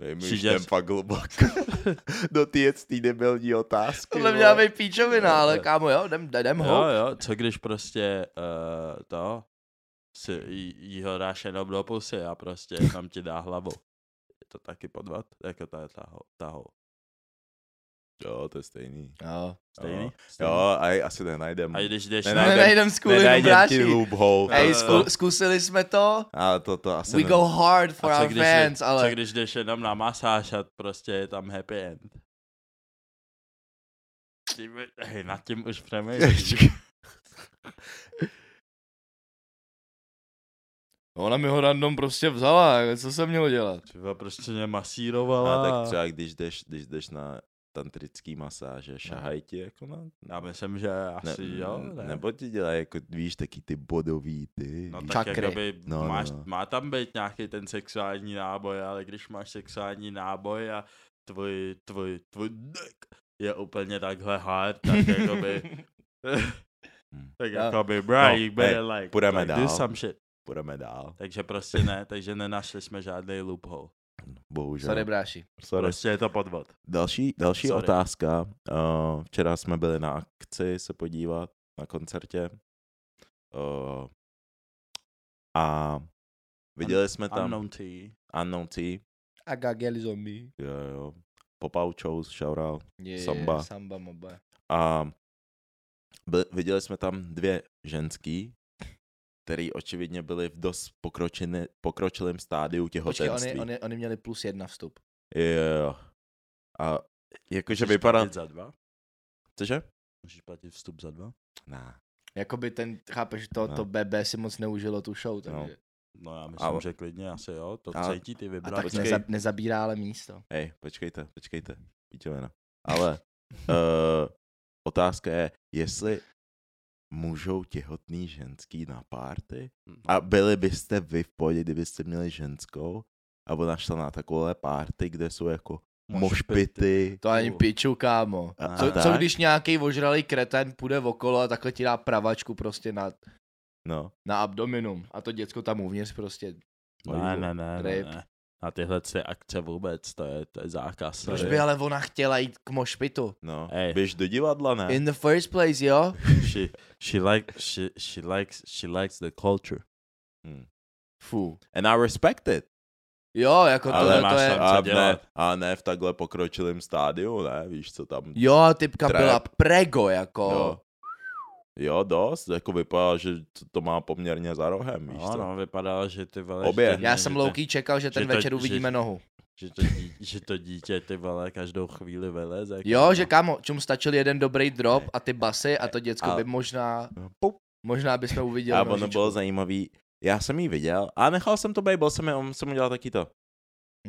Nevím,
She
už
just-
jdem fakt hluboko do té té debilní otázky.
Tohle
vole.
měla být píčovina,
Jo,
ale
jo.
kámo, jo, jdem, jdem
jo,
ho.
jo, co když prostě uh, to, si, jí, jí ho dáš jenom do pusy a prostě tam ti dá hlavu. Je to taky podvod? Jako ta, ta, ho- ta, ho-
Jo, to je stejný.
Jo.
Stejný?
Jo,
Stejný?
a ji asi nenajdem.
A když jdeš
Ne,
na...
ne,
Nenajdem z kvůli
Nenajdem ti
bráši.
loophole.
Hej,
Eh,
zku- zkusili jsme to.
A to, to asi
We
ne-
go hard for
A co
our
když,
fans,
co
ale...
když jdeš jenom na masáž a prostě je tam happy end? Ty mi- Hej, nad tím už přemýšlím.
Ona mi ho random prostě vzala, jako co jsem měl dělat?
Třeba prostě mě masírovala.
A tak třeba, když jdeš, když jdeš na tantrický masáže, šahají ti jako na...
Já myslím, že No, asi ne, jo, ne.
Nebo ti dělají jako, víš, taky ty bodový, ty.
No
víš,
tak
Čakry.
jakoby
No, no,
máš,
no.
má tam být nějaký ten sexuální náboj, ale když máš sexuální náboj a tvůj, tvůj, tvůj dick je úplně takhle hard, tak jakoby,
hm,
tak
No.
jakoby, bro,
No,
you better
hej,
like,
půjdeme
like
dál.
do some shit.
Půjdeme dál.
Takže prostě ne, takže nenašli jsme žádný loophole.
Bohužel.
Sorry, bráši.
Sorry.
Prostě je to podvod.
Další, další
Sorry.
otázka. Uh, včera jsme byli na akci se podívat na koncertě. Uh, a viděli jsme tam Unknown,
Unknown tea.
Tea.
A gageli zombie.
Jo, jo. Popau Chows, shoutout.
Yeah,
Samba.
Samba moba.
A byl, viděli jsme tam dvě ženský, který očividně byli v dost pokročené- pokročilém stádiu
Počkej,
těhotenství.
oni, oni, oni měli plus jedna vstup.
Jo, jo, jo. A jakože
Můžeš
vypadá...
platit za dva?
Cože?
Můžeš platit vstup za dva?
Ne.
Jakoby ten, chápeš, to,
No.
to BB si moc neužilo tu show, takže. No.
No já myslím,
Ale-
že klidně asi jo, to
Ale-
cítí ty
A
vibrace.
tak
počkej.
neza, nezabírá ale místo.
Hej, počkejte, počkejte. Píčovina. Ale uh, otázka je, jestli můžou těhotný ženský na párty? A
Mhm.
byli byste vy v pohodě, kdybyste měli ženskou? A ona šla na takové párty, kde jsou jako mošpity.
To ani
Uh.
piču, kámo.
A,
Co,
a
co
tak?
když nějaký ožralý kreten půjde okolo a takhle ti dá pravačku prostě na,
No,
na abdominum a to děcko tam uvnitř prostě.
No, Ne, ne, ne, ne,
Rape.
ne. Na tyhle ty akce vůbec, to je, to je zákaz.
Proč
tady.
by ale ona chtěla jít k mošpitu?
no.
Ej.
Běž do divadla, ne?
In the first place, jo?
she, she, like, she, she, likes, she likes the culture.
Fů.
And I respect it.
Jo, jako
Ale
tohle to
máš
je...
tam-
a,
co
ne,
dělat.
a ne v takhle pokročilém stádiu, ne, víš, co tam...
Jo, typka
Trap.
byla prego, jako.
Jo, jo dost, jako vypadá, že to- to má poměrně za rohem, víš
No,
co.
no, vypadalo, že ty vole...
Obě.
že ten-
Já
že
jsem
ten-
louký čekal, že ten
že to-
večer
že-
uvidíme nohu.
Že to, dí, že to dítě ty vole každou chvíli vyleze. jako no.
Jo, že kámo, čum stačil jeden dobrý drop a ty basy a to děcko
A-
by možná,
Pup.
možná bychom uviděli
A ono
nožičku.
bylo zajímavý, já jsem ji viděl a nechal jsem to být, byl jsem, on jsem udělal taky to.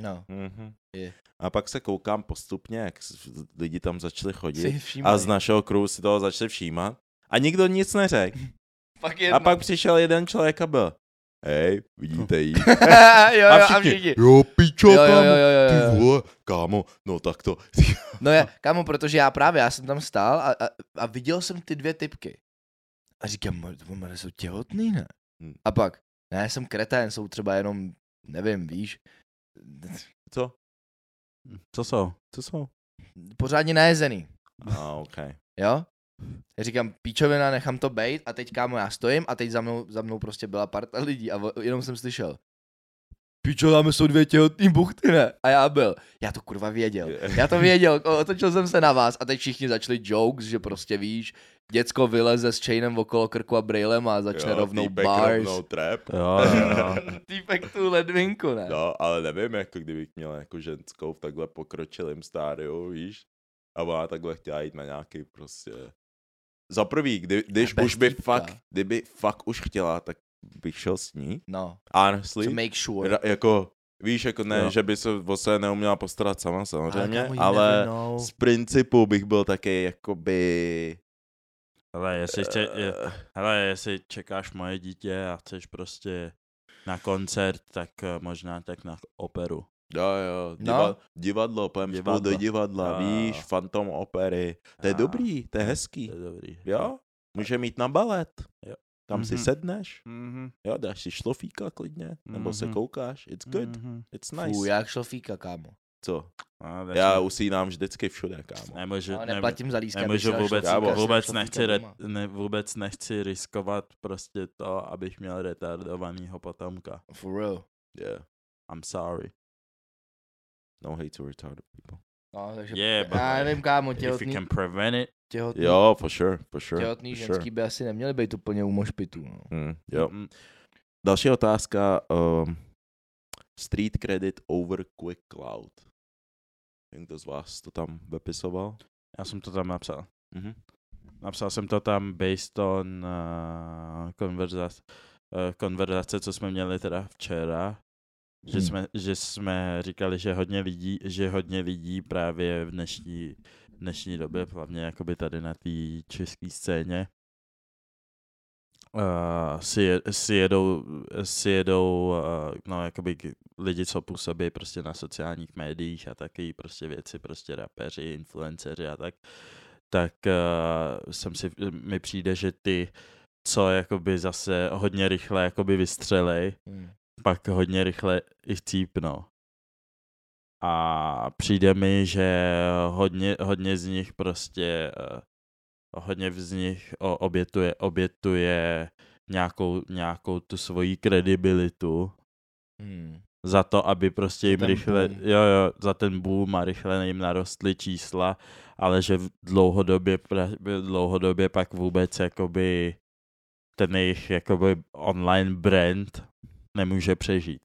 No,
Mhm.
Je.
A pak se koukám postupně, jak s- lidi tam začali chodit
si všímej.
a z našeho kruhu si toho začali všímat a nikdo nic neřekl.
Fakt
A
jedno.
pak přišel jeden člověk a byl, hej, vidíte jí?
jo, jo, a všichni.
jo, pičo,
Jo, jo, jo,
kámo,
jo, jo,
ty
jo.
vole, kámo, no tak to.
No je, kámo, protože já právě, já jsem tam stál a, a, a viděl jsem ty dvě typky. A říkám, "Mo- to mene jsou těhotný, ne?
Hmm.
A pak, ne, jsem kretén, jsou třeba jenom, nevím, víš,
Co?
Co jsou?
Co jsou?
pořádně najezený,
A, No, ok.
jo? Já říkám, píčovina, nechám to bejt a teď, kámo, já stojím a teď za mnou, za mnou prostě byla parta lidí a vo- jenom jsem slyšel. Píčo, tam jsou dvě těhotný buchty, ne? A já byl. Já to kurva věděl. Já to věděl, ko- otočil jsem se na vás a teď všichni začali jokes, že prostě víš, děcko vyleze s chainem okolo krku a brailem a začne
Jo,
rovnou
týpek
bars.
Rovnou trap.
Jo, jo, jo.
Týpek tu ledvinku, ne?
No, ale nevím, jako kdybych měl jako ženskou v takhle pokročilém stádiu, víš? A ona takhle chtěla jít na nějaký prostě... Za prvý, kdy, když
Bez
už by
týpka.
fakt, kdyby fakt už chtěla, tak bych šel s ní.
No, to
Honestly.
make sure.
Ra, jako, víš, jako ne,
Jo.
že by se o sebe neuměla postarat sama samozřejmě,
kámo,
ale,
you
ale
never know.
z principu bych byl taky jakoby...
Hele, jestli, chce, je,
eh,
hele, jestli čekáš moje dítě a chceš prostě na koncert, tak eh, možná tak na operu.
Jo, jo,
No.
diva, divadlo, půjdem spolu do
Divadlo.
divadla,
Jo, jo,
víš,
jo.
fantom opery. To je
A,
dobrý, to je hezký.
To je dobrý.
Jo, může mít na balet.
Jo.
Tam si
Mhm.
sedneš,
Mhm,
jo, dáš si šlofíka klidně, nebo se
Mhm.
koukáš, it's good,
mhm.
it's
Fů,
nice.
jak šlofíka, kámo.
Co?
A,
Já usínám vždycky všude, kámo.
nemůžu,
Ale
nemůžu,
neplatím za lístka.
nemůžu
abych si dal
vůbec,
šlofíka,
kámo.
si dám
vůbec,
šlofíka
nechci re,
doma.
ne, vůbec nechci riskovat prostě to, abych měl retardovanýho potomka.
For real.
Yeah.
I'm sorry.
No hate to retarded people.
No, takže
Yeah, but-
já nevím, kámo,
If you
těhotný,
can prevent it,
těhotný,
Jo, for sure, for sure.
těhotný
for
ženský
Sure.
by asi neměly být úplně u mošpitu. No.
Hmm, jo.
mm,
Další otázka. Um, street credit over quick cloud. Někdo z vás to tam vypisoval?
já jsem to tam napsal.
Mhm.
Napsal jsem to tam based on uh, konverzace, uh, konverzace, co jsme měli teda včera. Že
Hmm.
jsme, že jsme říkali, že hodně lidí, že hodně lidí právě v dnešní, dnešní době, hlavně jakoby tady na té české scéně, uh, si, je, si jedou, si jedou uh, no, jakoby k- lidi, co působí prostě na sociálních médiích a taky prostě věci, prostě rapeři, influenceři a tak, tak uh, jsem si, mi přijde, že ty, co jakoby zase hodně rychle jakoby vystřelej,
Hmm.
pak hodně rychle i chcípnou. A přijde mi, že hodně, hodně z nich prostě, eh, hodně z nich o- obětuje, obětuje nějakou, nějakou tu svoji kredibilitu
Hmm.
za to, aby prostě jim
ten
rychle,
boom.
jo, jo, za ten boom a rychle jim narostly čísla, ale že v dlouhodobě, pra- dlouhodobě pak vůbec jakoby ten jejich jakoby online brand nemůže přežít.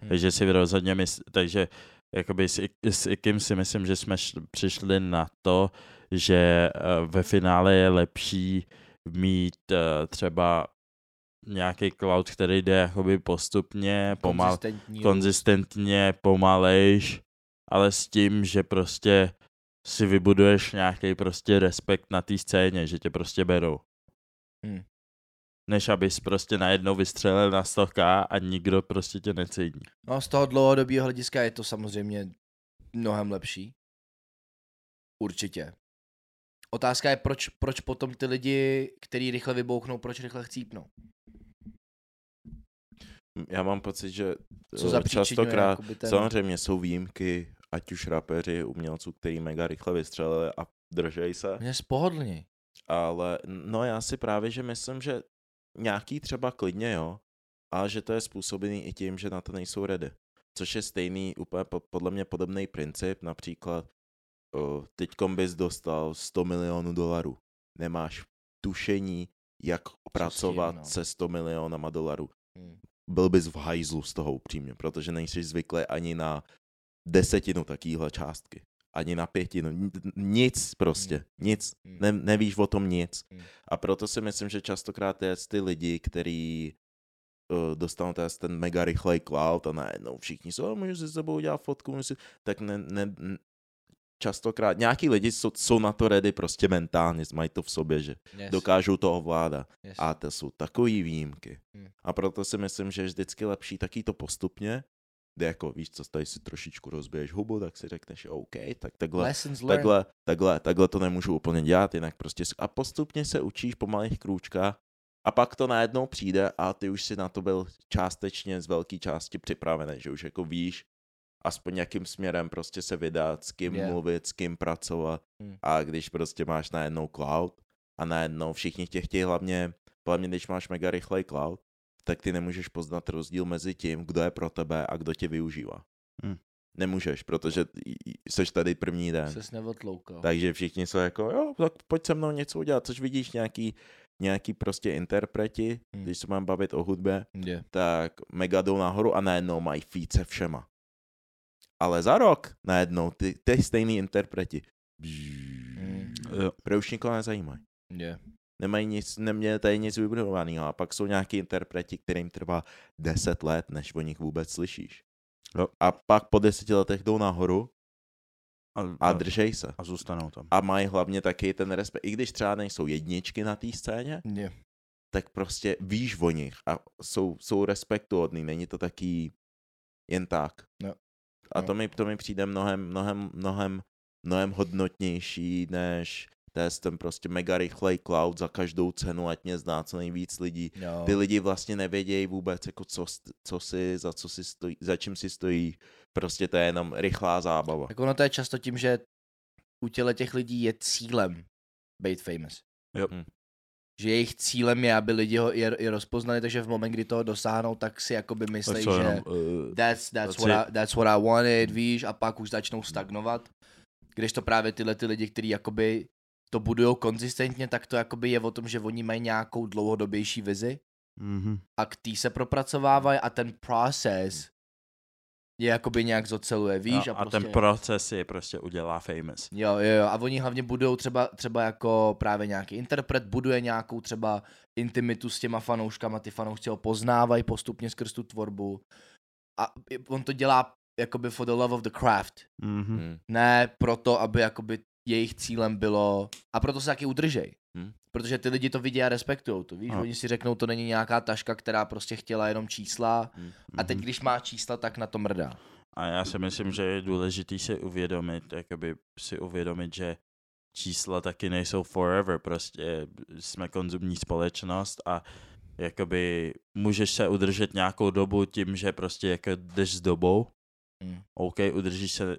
Hmm.
Takže si rozhodně mysl, takže jakoby s, I- s Ikim si myslím, že jsme šli, přišli na to, že eh, ve finále je lepší mít eh, třeba nějaký cloud, který jde jakoby postupně, pomal,
Konzistentní růst.
konzistentně, pomalejš, ale s tím, že prostě si vybuduješ nějaký prostě respekt na té scéně, že tě prostě berou.
Hmm.
Než abys prostě najednou vystřelil na 100k a nikdo prostě tě necení.
No, z toho dlouhodobého hlediska je to samozřejmě mnohem lepší. Určitě. Otázka je, proč, proč potom ty lidi, který rychle vybouchnou, proč rychle chcípnou?
Já mám pocit, že
Co
eh,
za
častokrát
jakoby ten...
Samozřejmě jsou výjimky, ať už rapeři, umělců, který mega rychle vystřelili a držej se,
Mě spohodlně.
ale no já si právě, že myslím, že nějaký třeba klidně jo, a že to je způsobený i tím, že na to nejsou ready. Což je stejný, úplně po- podle mě podobný princip, například teď bys dostal 100 milionů dolarů. Nemáš tušení, jak pracovat
no.
se 100 milionama dolarů.
Hmm.
Byl bys v hajzlu z toho upřímně, protože nejsi zvyklý ani na desetinu takýhle částky. Ani na pětinu. N- Nic prostě. Nic.
Hmm.
Ne, nevíš o tom nic.
Hmm.
A proto si myslím, že častokrát je ty lidi, který uh, dostanou teda ten mega rychlej cloud a najednou všichni jsou, "A můžu si s sebou udělat fotku, můžu si... tak ne, ne, n- častokrát, nějaký lidi jsou, jsou na to ready prostě mentálně, mají to v sobě, že
Hmm. Yes,
dokážou to ovládat.
yes.
A to jsou takový výjimky.
Hmm.
A proto si myslím, že je vždycky lepší taky to postupně, kde jako víš co, tady si trošičku rozbiješ hubu, tak si řekneš OK, tak takhle
Lessons learned.
takhle, takhle, takhle to nemůžu úplně dělat, jinak prostě s- a postupně se učíš po malých krůčkách a pak to najednou přijde a ty už si na to byl částečně z velké části připravený, že už jako víš aspoň jakým směrem prostě se vydat, s kým
Yeah.
yeah. mluvit, s kým pracovat
Hmm.
a když prostě máš najednou cloud a najednou všichni tě chtějí hlavně, hlavně když máš mega rychlej cloud, tak ty nemůžeš poznat rozdíl mezi tím, kdo je pro tebe a kdo tě využívá.
Hmm.
Nemůžeš, protože jsi tady první den.
Ses neodtloukal.
Takže všichni jsou jako, jo, tak pojď se mnou něco udělat, což vidíš nějaký, nějaký prostě interpreti,
Hmm.
hmm. když se mám bavit o hudbě,
Yeah.
tak mega jdou nahoru a najednou mají feed se všema. Ale za rok najednou ty, ty stejný interpreti.
Mm.
Jo.
Pro už nikoho nezajímají.
Yeah.
Nemají nic, neměli tady nic vybudovaného a pak jsou nějaký interpreti, kterým trvá 10 let, než o nich vůbec slyšíš.
Jo.
A pak po deseti letech jdou nahoru a
No.
držej se.
a zůstanou tam.
a mají hlavně taky ten respekt. I když třeba nejsou jedničky na té scéně,
Yeah.
tak prostě víš o nich a jsou, jsou respektuhodný, není to taký jen tak.
No.
A
No.
to mi, to mi přijde mnohem, mnohem, mnohem, mnohem hodnotnější, než test ten prostě mega rychlej cloud za každou cenu, ať mě zná co nejvíc lidí.
No.
Ty lidi vlastně nevědějí vůbec, jako co, st- co si, za, co si stojí, za čím si stojí. Prostě to je jenom rychlá zábava.
Tak ono to je často tím, že u těle těch lidí je cílem být famous.
Jo.
Hm.
Že jejich cílem je, aby lidi ho i, i rozpoznali, takže v moment, kdy toho dosáhnou, tak si jakoby myslí, že
uh,
that's, that's,
That's
what I, that's what I wanted, víš, a pak už začnou stagnovat. Když to právě tyhle ty lidi, kteří jakoby to budujou konzistentně, tak to jakoby je o tom, že oni mají nějakou dlouhodobější vizi
mm-hmm.
a k tý se propracovávají a ten proces je jakoby nějak zoceluje, víš?
eh, a, a
prostě...
ten proces je prostě udělá famous.
Jo, jo, jo, a oni hlavně budou třeba, třeba jako právě nějaký interpret, buduje nějakou třeba intimitu s těma fanouškama, ty fanoušci ho poznávají postupně skrz tu tvorbu a i- on to dělá jakoby for the love of the craft, Hm.
Mm-hmm.
Hmm.
ne proto, aby jakoby jejich cílem bylo, a proto se taky udržej.
Hm.
Protože ty lidi to vidí a respektují to, víš,
Ano.
oni si řeknou, to není nějaká taška, která prostě chtěla jenom čísla a teď, když má čísla, tak na to mrdá.
Mhm. A já si myslím, že je důležitý si uvědomit, jakoby si uvědomit, že čísla taky nejsou forever, prostě jsme konzumní společnost a jakoby můžeš se udržet nějakou dobu tím, že prostě jako jdeš s dobou,
Mm.
OK, udržíš se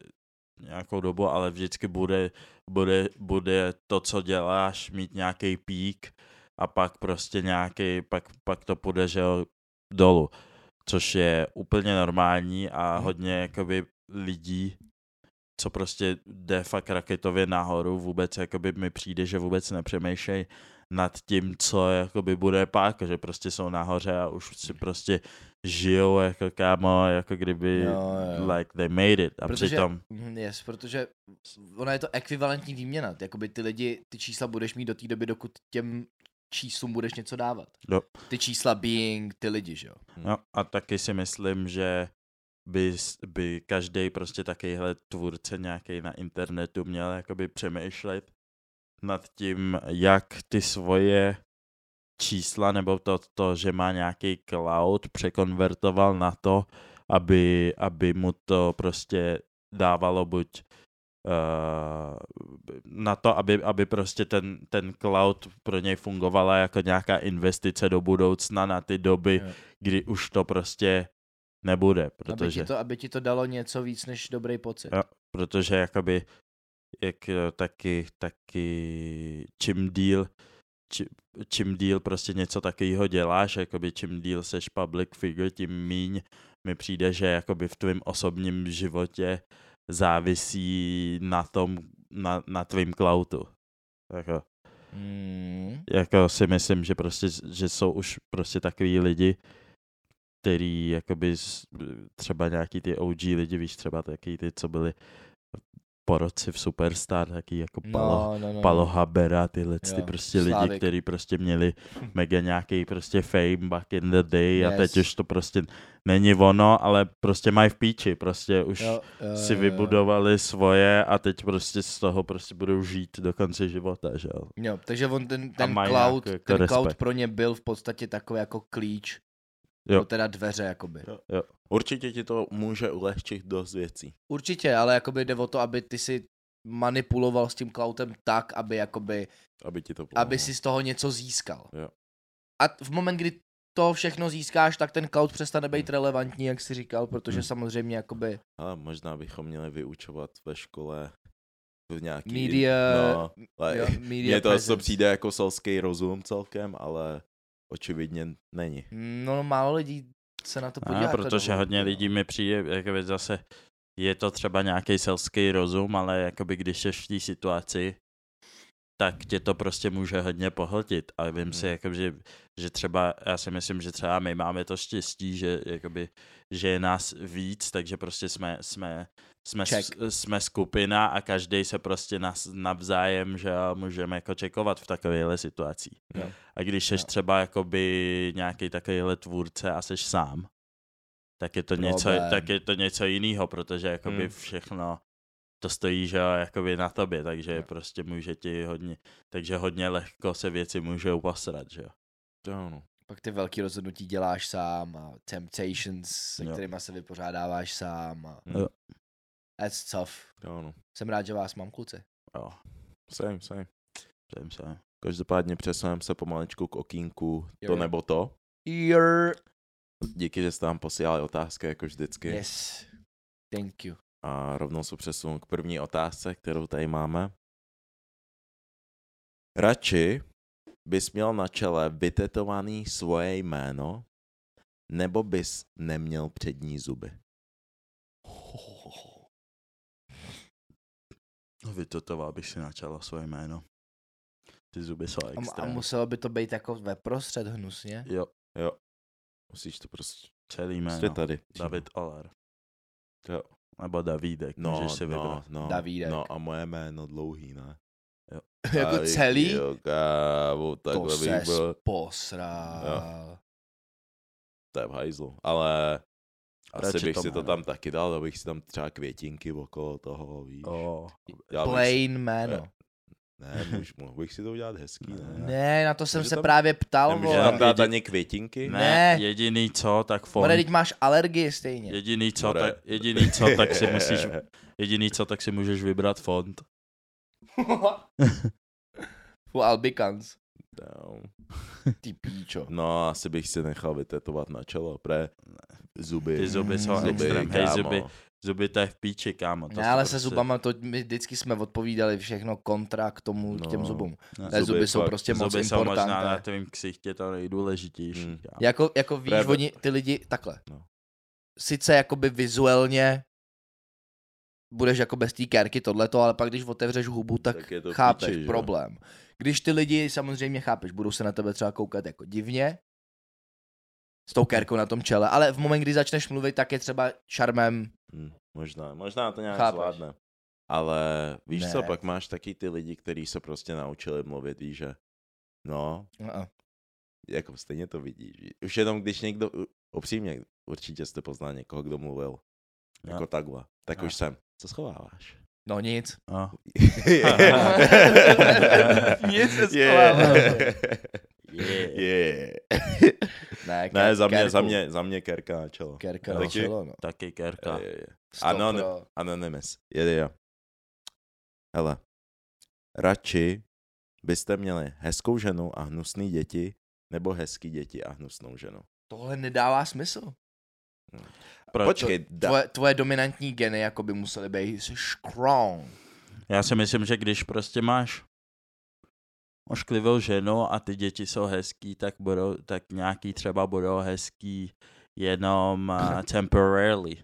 nějakou dobu, ale vždycky bude, bude, bude to, co děláš, mít nějaký pík a pak prostě nějaký, pak, pak to půjde, že jo, dolů, což je úplně normální a
Mhm.
hodně jakoby lidí, co prostě jde fakt raketově nahoru, vůbec jakoby mi přijde, že vůbec nepřemýšlej nad tím, co jakoby bude pak, že prostě jsou nahoře a už si prostě žijou jako kámo, jako kdyby like they made it. A
Protože-
Protože... přitom,
Mhm, Yes, protože ona je to ekvivalentní výměna. Jakoby ty lidi, ty čísla budeš mít do té doby, dokud těm číslům budeš něco dávat.
Jo.
Ty čísla being ty lidi, že jo?
no, a taky si myslím, že by, s- by každý prostě takovýhle tvůrce nějaký na internetu měl jakoby přemýšlet nad tím, jak ty svoje čísla nebo to, to že má nějaký cloud, překonvertoval na to, aby, aby mu to prostě dávalo buď eh, na to, aby, aby prostě ten, ten cloud pro něj fungovala jako nějaká investice do budoucna na ty doby,
Jo.
kdy už to prostě nebude,
Aby
protože
ti, to, aby ti to dalo něco víc než dobrý pocit.
Jo. protože jakoby jak eh, taky, taky čím díl či, čím díl prostě něco takového děláš, jakoby čím díl seš public figure, tím míň mi přijde, že jakoby v tvém osobním životě závisí na tom, na, na tvým cloutu. Jako,
Mm.
jako si myslím, že prostě, že jsou už prostě takový lidi, který jakoby s- třeba nějaký ty OG lidi, víš, třeba taky ty, co byli po roci v Superstar, taky jako Palo,
No, no, no.
Palo Habera, tyhle ty
Jo,
prostě lidi,
Slávik.
kteří prostě měli mega nějaký prostě fame back in the day a teď
Yes.
už to prostě není ono, ale prostě mají v píči, prostě už
Jo, eh, jo,
si
jo, jo.
vybudovali svoje a teď prostě z toho prostě budou žít do konce života, že jo.
Jo, takže on ten, ten,
mají
cloud,
nějak jako
ten cloud
respekt.
pro ně byl v podstatě takový jako klíč.
Jo.
Jo. teda dveře, jakoby.
Jo. Určitě ti to může ulehčit dost věcí.
Určitě, ale jakoby jde o to, aby ty si manipuloval s tím cloudem tak, aby jakoby,
Aby ti to pomohlo.
aby si z toho něco získal.
Jo.
A t- v moment, kdy to všechno získáš, tak ten cloud přestane
Hm.
být relevantní, jak jsi říkal, protože
Hmm.
samozřejmě jakoby
Ale možná bychom měli vyučovat ve škole v nějaký...
media,
No, ale
jo,
jo,
media
mně to
presence.
to přijde jako selský rozum celkem, ale očividně není.
No, málo lidí se na to podívá.
A,
takhle
protože
dlouho.
hodně lidí mi přijde, jakoby zase je to třeba nějaký selský rozum, ale jakoby když jsi v té situaci, tak tě to prostě může hodně pohltit. A vím
Hmm.
si, jakoby, že, že třeba, já si myslím, že třeba my máme to štěstí, že, jakoby, že je nás víc, takže prostě jsme, jsme, jsme, s,
Check.
jsme skupina a každý se prostě nas, navzájem, že jo, můžeme jako čekovat v takovéhle situacích.
Jo.
A když jsi
Jo.
třeba jakoby nějaký takovýhle tvůrce a jsi sám, tak je to, něco,
Problém.
tak je to něco jiného, protože jakoby
Hmm.
všechno to stojí, že jo, jakoby na tobě, takže
Jo.
prostě může ti hodně, takže hodně lehko se věci můžou posrat, že jo.
Jo, no.
Pak ty velký rozhodnutí děláš sám a temptations, se
Jo.
kterýma se vypořádáváš sám a
Hmm.
Jo.
that's tough.
Jo, no.
Jsem rád, že vás mám, kluci.
Jo,
Same, same.
přejím se.
Každopádně přesuneme se pomaličku k okýnku
Jo,
to
jo.
nebo to.
Ear.
Díky, že jste nám posílali otázky, jako vždycky.
Yes. Thank you.
A rovnou se přesunu k první otázce, kterou tady máme. Radši bys měl na čele vytetovaný svoje jméno, nebo bys neměl přední zuby?
Vytotoval No, bych si načala svoje jméno. Ty zuby jsou
A, mu- a
extra.
muselo by to být jako ve prostřed hnusně.
Jo,
Musíš to prostě...
celý jméno.
Jste tady.
David Olar.
Jo.
Nebo Davídek,
No,
můžeš
no,
si vybrat.
no,
Davídek.
no a moje jméno dlouhý, ne?
jako
David,
celý.
Jo, kámo,
to
takhle
se
bych byl.
posral.
To je v hajzlu, ale asi
Radši
bych
to
si to
jméno.
tam taky dal, dal bych si tam třeba květinky okolo toho, víš.
Oh,
Dal bych si-
Plain jméno.
Ne, můžu, mohl bych si to udělat hezký, ne?
Ne, na to jsem
Může
se
tam-
právě ptal,
Nemůžeš
vole.
tam
vole.
dát ani květinky?
ne,
Ne.
jediný co, tak fond.
Vole, teď máš alergii stejně.
Jediný co,
Dobré.
tak, jediný co, tak si musíš, jediný co, tak si můžeš vybrat fond.
Fu Albicans.
No.
Ty píčo.
No, asi bych si nechal vytetovat na čelo, pre zuby.
Ty zuby jsou
Zuby,
extrém, hej
kámo.
zuby, zuby to je v píči, kámo. To
Ne,
si
ale
prostě-
se zubama, to my vždycky jsme odpovídali všechno kontra k tomu, k těm
No.
zubům.
Ne,
Ne,
zuby
zuby jsou
fakt-
prostě moc
zuby jsou možná na
importantní.
tvým ksichtě to nejdůležitější,
Mm.
kámo.
Jako, jako víš,
Pravda.
oni, ty lidi, takhle.
No.
Sice jakoby vizuelně budeš jako bez té kérky tohleto, ale pak když otevřeš hubu, tak,
Tak je to v
chápeš
píči, že jo?
problém. Když ty lidi samozřejmě chápeš, budou se na tebe třeba koukat jako divně, s tou kérkou na tom čele, ale v moment, kdy začneš mluvit, tak je třeba šarmem,
Hm, Možná, možná to nějak
Chápeš.
zvládne. Ale víš co,
Ne.
pak máš taky ty lidi, kteří se prostě naučili mluvit, víš, že no,
"Uh-uh,
jako stejně to vidíš. víš. Už jenom když někdo, u- upřímně, určitě jste poznal někoho, kdo mluvil.
Jo.
Jako takhle. Tak
Jo.
už jsem. Co schováváš?
no nic.
A,
Nic se
je.
Yeah.
Ne,
Ne,
ker-
za mě,
kerku.
za mě, za mě kerka na čelo.
Kerka
Jo.
na
Taky?
čelo, no.
Taky kerka.
Jo, jo, jo.
Stop,
Ano, ne-
bro.
Anonymous. Jede, jo. Hele, radši byste měli hezkou ženu a hnusný děti, nebo hezký děti a hnusnou ženu.
Tohle nedává smysl.
Proč?
Počkej, da,
Tvoje, tvoje dominantní geny jako by musely být strong.
Já si myslím, že když prostě máš ošklivou ženu a ty děti jsou hezký, tak, budou, tak nějaký třeba budou hezký jenom uh, temporarily.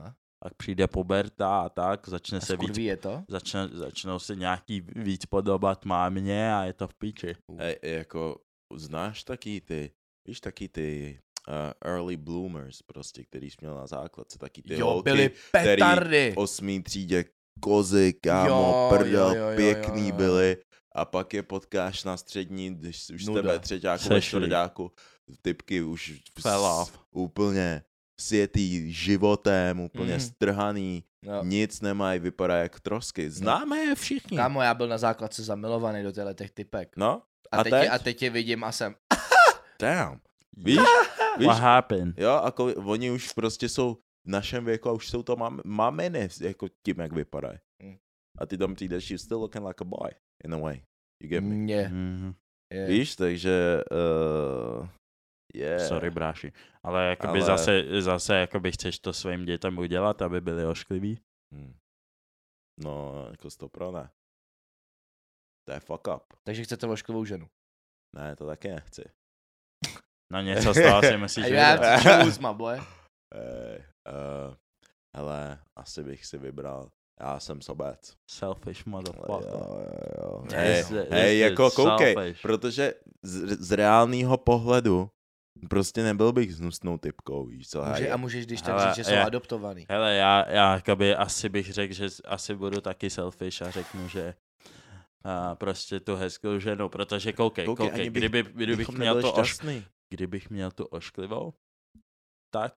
A?
Pak přijde puberta a tak, začne
A
se víc,
skurví je to?
začne, začnou se nějaký víc podobat mámě a je to v píči.
E, jako, znáš taky ty, víš taky ty uh, early bloomers prostě, který jsi měl na základce, taky ty
Jo,
holky,
byly petardy.
v osmý třídě kozy, kámo,
Jo,
prdel,
jo, jo, jo,
pěkný
jo, jo.
byly. A pak je potkáš na střední, když jsi už z
Nuda.
tebe třeťáku, ve
Sešli.
čtvrtáku, typky už s-
Fell off.
úplně světý životem, úplně
Mhm.
strhaný,
No.
nic nemají, vypadá jak trosky. Známe je všichni.
Kámo, já byl na základce zamilovaný do těchto těch typek.
No,
A,
A
teď?
teď?
Je, a teď je vidím a jsem.
damn. Víš? Víš?
What happened?
Jo, jako oni už prostě jsou v našem věku a už jsou to mam, maminy, jako tím, jak vypadají.
Mm.
A ty tam přijdeš, you still looking like a boy, in a way. You get me?
Mě.
Mhm.
je.
Víš, takže... Uh, yeah.
Sorry, bráši. Ale jakoby
Ale-
Ale... zase, zase jakoby chceš to svým dětem udělat, aby byli oškliví?
Hmm. No, jako to pro ne. To je fuck up.
Takže chcete voškovou ženu.
Ne, to taky nechci.
No něco z toho si musíš
A já
vybrat.
chci choose, my boy.
Ej, eh, hele, asi bych si vybral. Já jsem sobec.
Selfish
Jo,
motherfucker.
jo, jo.
Yes,
Hej,
yes,
Hej,
yes,
jako
yes,
koukej,
selfish.
protože z, z reálného pohledu prostě nebyl bych hnusnou typkou, víš co,
Může,
hej.
a můžeš když tak
Hele,
říct, že jsou
je.
adoptovaný.
Hele, já, já jakoby asi bych řekl, že s- asi budu taky selfish a řeknu, že a prostě tu hezkou ženu, protože koukej,
Koukej,
koukej,
ani
koukej
bych-
kdyby, kdybych,
Bychom
měl
nebyli
to oš,
šťastný.
kdybych měl tu ošklivou, tak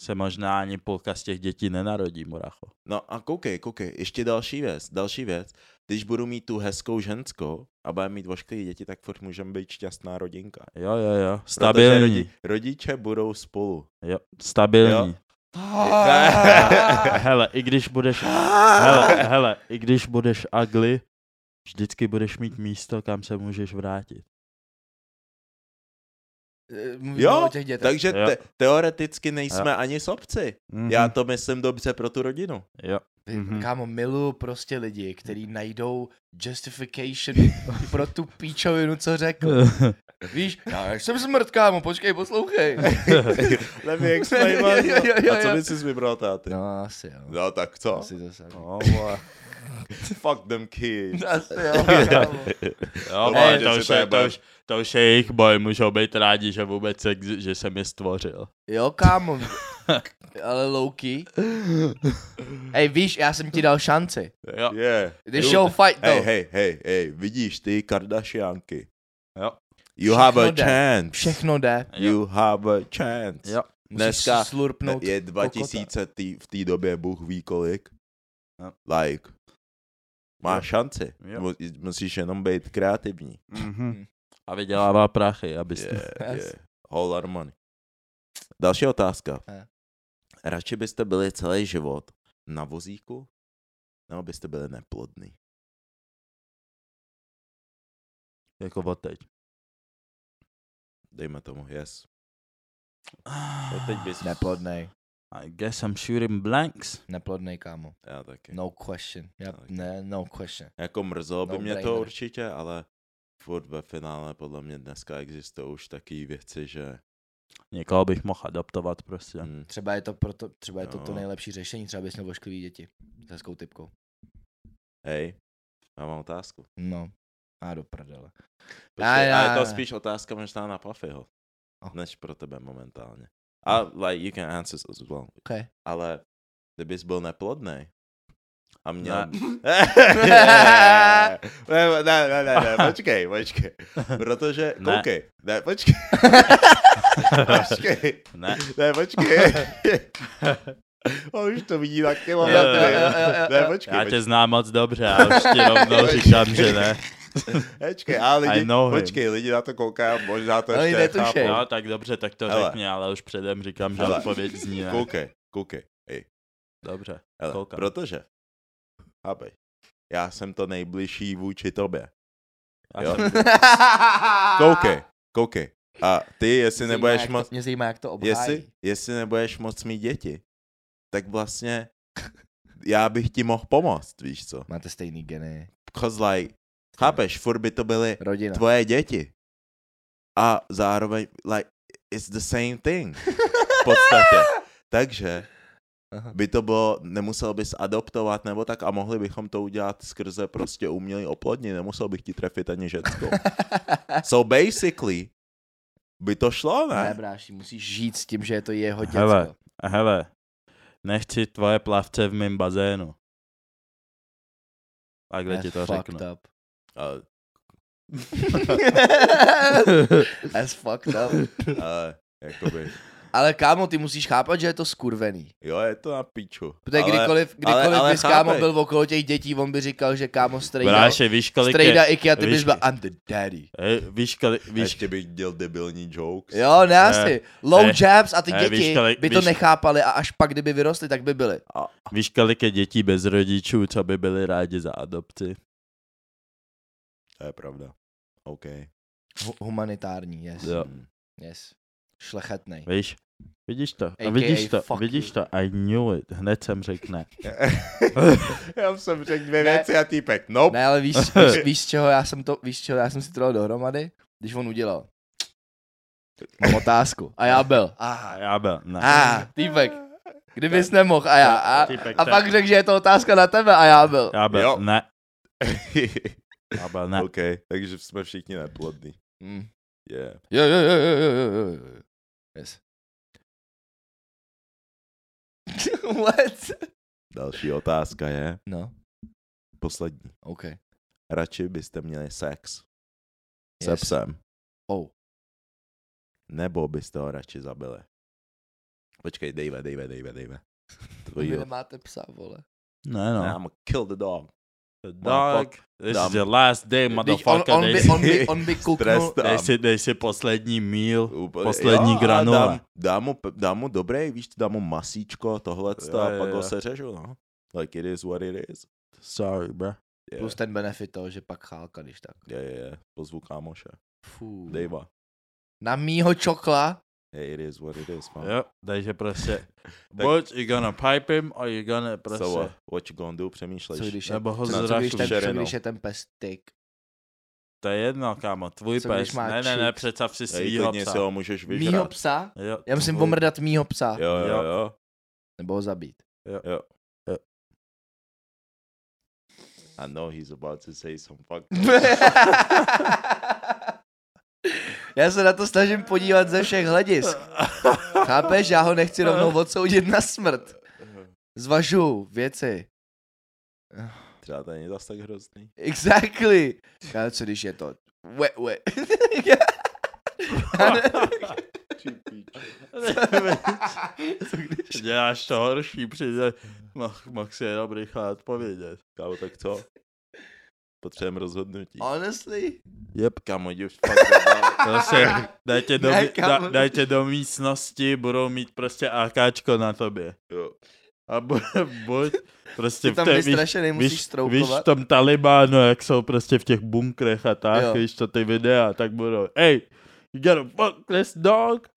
se možná ani půlka z těch dětí nenarodí, Muracho.
No a koukej, koukej, ještě další věc, další věc. Když budu mít tu hezkou ženskou a budeme mít vošklivý děti, tak furt můžeme být šťastná rodinka.
Jo, jo, jo,
Protože
stabilní,
Rodi, rodiče budou spolu.
jo, stabilní.
Jo.
Hele, i když budeš, hele, hele, i když budeš ugly, vždycky budeš mít místo, kam se můžeš vrátit.
Eh, Mluvíme
Jo,
o těch dětech.
takže
Jo.
te, teoreticky nejsme ani sobci.
Mhm.
Já to myslím dobře pro tu rodinu.
Jo.
Ty,
Mhm.
Kámo, miluju prostě lidi, kteří najdou justification pro tu píčovinu, co řekl. Víš, já jsem smrt, kámo, počkej, poslouchej.
Let me explain. man.
Jo, jo, jo,
A co
jo.
bys si vybral, táty?
No, asi jo.
No tak co?
Asi to samý.
No,
Fuck them kids.
Asi jo, kámo.
jo,
Normálně
ale to,
si
už je,
tebe-
to, už, to už je jejich boj, můžou být rádi, že vůbec se, že jsem je stvořil.
Jo, kámo. Ale low-key. Hej, víš, já jsem ti dal šanci.
Jo,
Yeah.
The show fight,
Hej,
though.
hej, hej, hej, vidíš ty Kardashianky.
Jo.
You have a
Všechno jde.
chance.
Všechno jde.
You have a chance.
Jo.
Musíš
Dneska Ne,
slurpnout
je
kokota.
2000 tý, v té době, Bůh ví kolik.
Jo.
Like. Máš
Jo.
šanci.
Jo.
Mu- Musíš jenom být kreativní. Hmm.
Mhm. A vydělává prachy, aby si...
Yeah,
Yes.
yeah. prostě. Whole lot of money. Další otázka.
Eh.
Radši byste byli celý život na vozíku, nebo byste byli neplodný?
Jako od teď.
Dejme tomu, yes. Od teď bys...
Neplodnej,
I guess I'm shooting blanks.
neplodnej, kámo.
Já taky.
No question. Já,
Tak.
ne, no question.
Jako mrzelo by
No
mě to
brainer.
určitě, ale furt ve finále podle mě dneska existují už takové věci, že...
Někoho bych mohl adoptovat prostě.
Hm,
Třeba je to, proto, třeba je to, to
Jo.
nejlepší řešení, třeba bys měl ošklivý děti s hezkou typkou.
hej, já mám otázku.
No, a do prdele.
Počkej, a,
Já-
a je to
já-
spíš otázka možná na Puffyho,
Oh.
než pro tebe momentálně.
No.
A like, you can answer as well.
Okay.
Ale kdybys byl neplodný a měl...
Ne.
ne, ne, ne, ne, ne, počkej, počkej. Protože,
Ne.
koukej, ne, počkej, počkej,
Ne.
ne, počkej. On už to vidí na kilometry.
Jo, jo,
jo, jo,
Ne,
jo.
počkej,
Já
počkej,
tě znám moc dobře, já už ti rovnou říkám, že ne.
počkej, a
I
lidi,
know him.
počkej, lidi na to koukají, možná to
Oni
ještě
netušej.
nechápou.
No, tak dobře, tak to
Hele.
řekni, ale už předem říkám, že
Hele.
odpověď zní ne.
Koukej, koukej, ej,
Dobře.
hele,
Koukám.
protože, aby, já jsem to nejbližší vůči tobě.
Já
Jo.
jsem-
Koukej, koukej. A ty, jestli
Mě zajímá,
nebudeš
jak to-
moc,
Mě zajímá, jak to obhájí.
jestli, jestli nebudeš moc mít děti, tak vlastně já bych ti mohl pomoct, víš co?
Máte stejný geny.
Because like, Chápeš, furt by to byly
Rodina.
tvoje děti. A zároveň, like, it's the same thing. V podstatě. Takže
Aha.
by to bylo, nemusel bys adoptovat nebo tak a mohli bychom to udělat skrze prostě umělý oplodní, nemusel bych ti trefit ani ženskou. So basically, by to šlo,
Ne,
ne?
bráši, musíš žít s tím, že je to jeho děcko.
Hele. Hele, nechci tvoje plavce v mém bazénu. Takhle
That's
ti to
fucked
řeknu.
Up.
A-
That's fucked up.
Ale, jakoby,
Ale kámo, ty musíš chápat, že je to skurvený.
jo, je to na piču.
Protože
Ale-
kdykoliv,
ale-
kdykoliv
ale
bys kámo
chápej.
byl okolo těch dětí, on by říkal, že kámo strejda,
Bráše, víš kolik
strejda
je...
Iky a ty bys
víš-
byl I'm the daddy.
Eh, Víš kolik...
Víš,
Víš,
ještě bych děl debilní jokes.
Jo, ne asi. Low
ne,
jabs a ty
ne,
děti
víš kolik-
by to
víš-
nechápali a až pak, kdyby vyrostly, tak by byly.
víš kolik je dětí bez rodičů, co by byli rádi za adopci?
To je pravda. OK.
Hu- Humanitární, yes.
Jo.
Hmm.
yes. Šlechetnej.
Víš? Vidíš to,
AKA,
a vidíš to,
fuck
vidíš
you.
to, I knew it, hned jsem řekne.
Já jsem řekl dvě
Ne.
věci a týpek, nope.
Ne, ale víš, víš, víš, z čeho já jsem to, víš, z čeho já jsem si to dal dohromady? Když on udělal. Mám otázku. A já byl.
A já byl, ne.
A, týpek. Kdybys nemohl a já. A,
Týpek,
a
to-
pak řekl, že je to otázka na tebe a já byl.
Já byl,
Jo.
ne, já byl, ne.
OK, takže jsme všichni neplodní.
Mm.
Yeah.
Jo, jo, jo, jo, jo, jo, jo, jo. Yes. What?
Další otázka je,
No,
poslední.
OK.
Radši byste měli sex se
Yes.
psem,
Oh.
nebo byste ho radši zabili? Počkej, Dave, Dave, Dave, Dave.
Vy
Tvojí
nemáte psa, vole.
Ne
no.
no.
I'm kill the dog.
Dog, this
Dám.
is your last day,
Vždyť on,
motherfucker.
on, by,
Dej si-
on, by, on by kouknul,
Stres
Dej
tam.
si, dej si poslední meal.
Úplně-
Poslední
jo, a
granule.
Dám, dám, mu, pe- dám mu dobré, víš, dám mu masíčko, tohle
Jo,
a
jo,
pak ho
jo.
seřežu, no. Like it is what it is.
Sorry, bro.
Yeah.
plus ten benefit toho, že pak chálka, když tak.
Je, je, je. Pozvu kámoše.
Fů.
Dejva.
Na mýho čokla?
Hey, it is what it is, man.
Jo, takže prostě, buď you gonna pipe him, or you gonna prostě,
So, uh, what you gonna do, přemýšlejš.
Co když je,
nebo ho
co, co,
zraš
když ten, co
šerenou.
když je ten pes tyk?
To je jedno, kámo, tvůj
Co když
pes.
má
Ne, ne, ne,
chicks?
představ si
Hej,
svýho
klidně
psa.
si ho můžeš vyžrat.
Mýho psa?
Jo,
Já musím
tvůj-
pomrdat mýho psa.
Jo, jo,
Jo.
jo.
Nebo ho zabít.
I know he's about to say some fuck.
Já se na to snažím podívat ze všech hledisk. Chápeš? Já ho nechci rovnou odsoudit na smrt. Zvažu věci.
Třeba to není zas tak hrozný.
Exactly. Ale co když je to? We, we. co když?
Děláš to horší, přijde, mohl moh si jenom rychle odpovědět.
Kámo, tak co? Potřebujeme rozhodnutí.
Honestly?
Yep.
Kámo, jdi už fakt dál.
Prostě, dajte do,
Ne,
mi-
kámo.
da, dajte do místnosti, budou mít prostě AKčko na tobě.
Jo.
A bu, buď prostě
Ty
v
tam
té, víš,
vystrašený musíš
víš, víš v
stroukovat.
tom Talibánu, jak jsou prostě v těch bunkrech a tak,
Jo.
jo. víš, to ty videa, tak budou, hey, you gotta fuck this dog,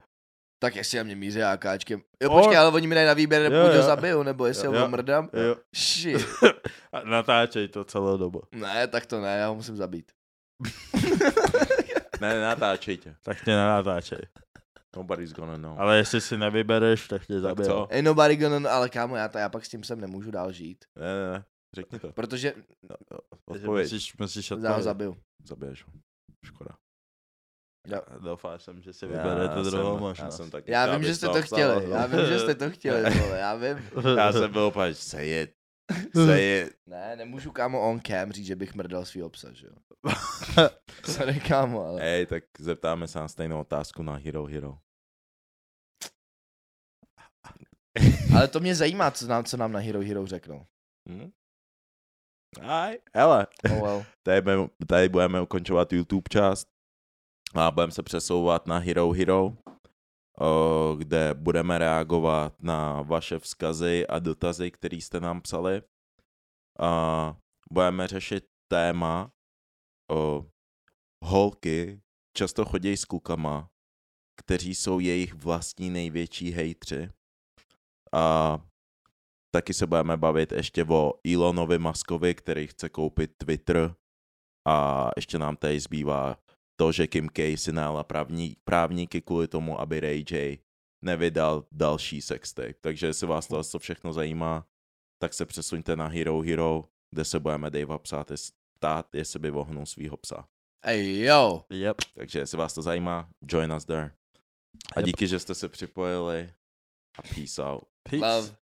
Tak jestli na mě míří AKčkem. Jo,
Or-
počkej, ale oni mi dají na výběr, nebo
Jo,
buď ho
jo.
zabiju, nebo jestli
Jo.
ho mrdám.
jo.
Shit.
A natáčej to celou dobu.
Ne, tak to ne, já ho musím zabít.
Ne, natáčej tě.
Tak tě nenatáčej.
Nobody's No, gonna know.
Ale jestli si nevybereš, tak tě zabije.
co?
Ain't nobody gonna, no, ale kámo, já, ta, já pak s tím sem nemůžu dál žít,
Ne, ne, ne. Řekni to.
protože
Takže
Odpověď.
Musíš, musíš
já ho
odpovědět.
zabiju.
Zabiješ ho. Škoda.
Doufám, jsem, že si vyberete druhou
Já
možnost.
jsem taky
Já
chtěl,
vím, že
abys
jste to chtěli,
no.
obsahla.
já vím, že jste to chtěli, vole, já vím.
Já jsem byl opač, say it, say it.
Ne, nemůžu kámo on cam říct, že bych mrdal svý obsah, že jo. Sorry kámo, ale
Ej, tak zeptáme se na stejnou otázku na Hero Hero.
Eh.
ale to mě zajímá, co nám, co nám na Hero Hero řeknou.
Hm? Aj, hele,
Oh well.
tady budeme, tady budeme ukončovat YouTube část a budeme se přesouvat na Hero Hero, o, kde budeme reagovat na vaše vzkazy a dotazy, které jste nám psali. A budeme řešit téma o, holky často chodí s klukama, kteří jsou jejich vlastní největší hejtři. A taky se budeme bavit ještě o Elonovi Maskovi, který chce koupit Twitter A ještě nám tady zbývá to, že Kim K si nála právní, právníky kvůli tomu, aby Ray J nevydal další sextape. Takže jestli vás to co všechno zajímá, tak se přesuňte na Hero Hero, kde se budeme Davea psát, jest- ptát, jestli by vohnul svýho psa.
Ej, jo.
Yep.
Takže jestli vás to zajímá, join us there. A
Yep.
díky, že jste se připojili a peace out.
Peace.
Love.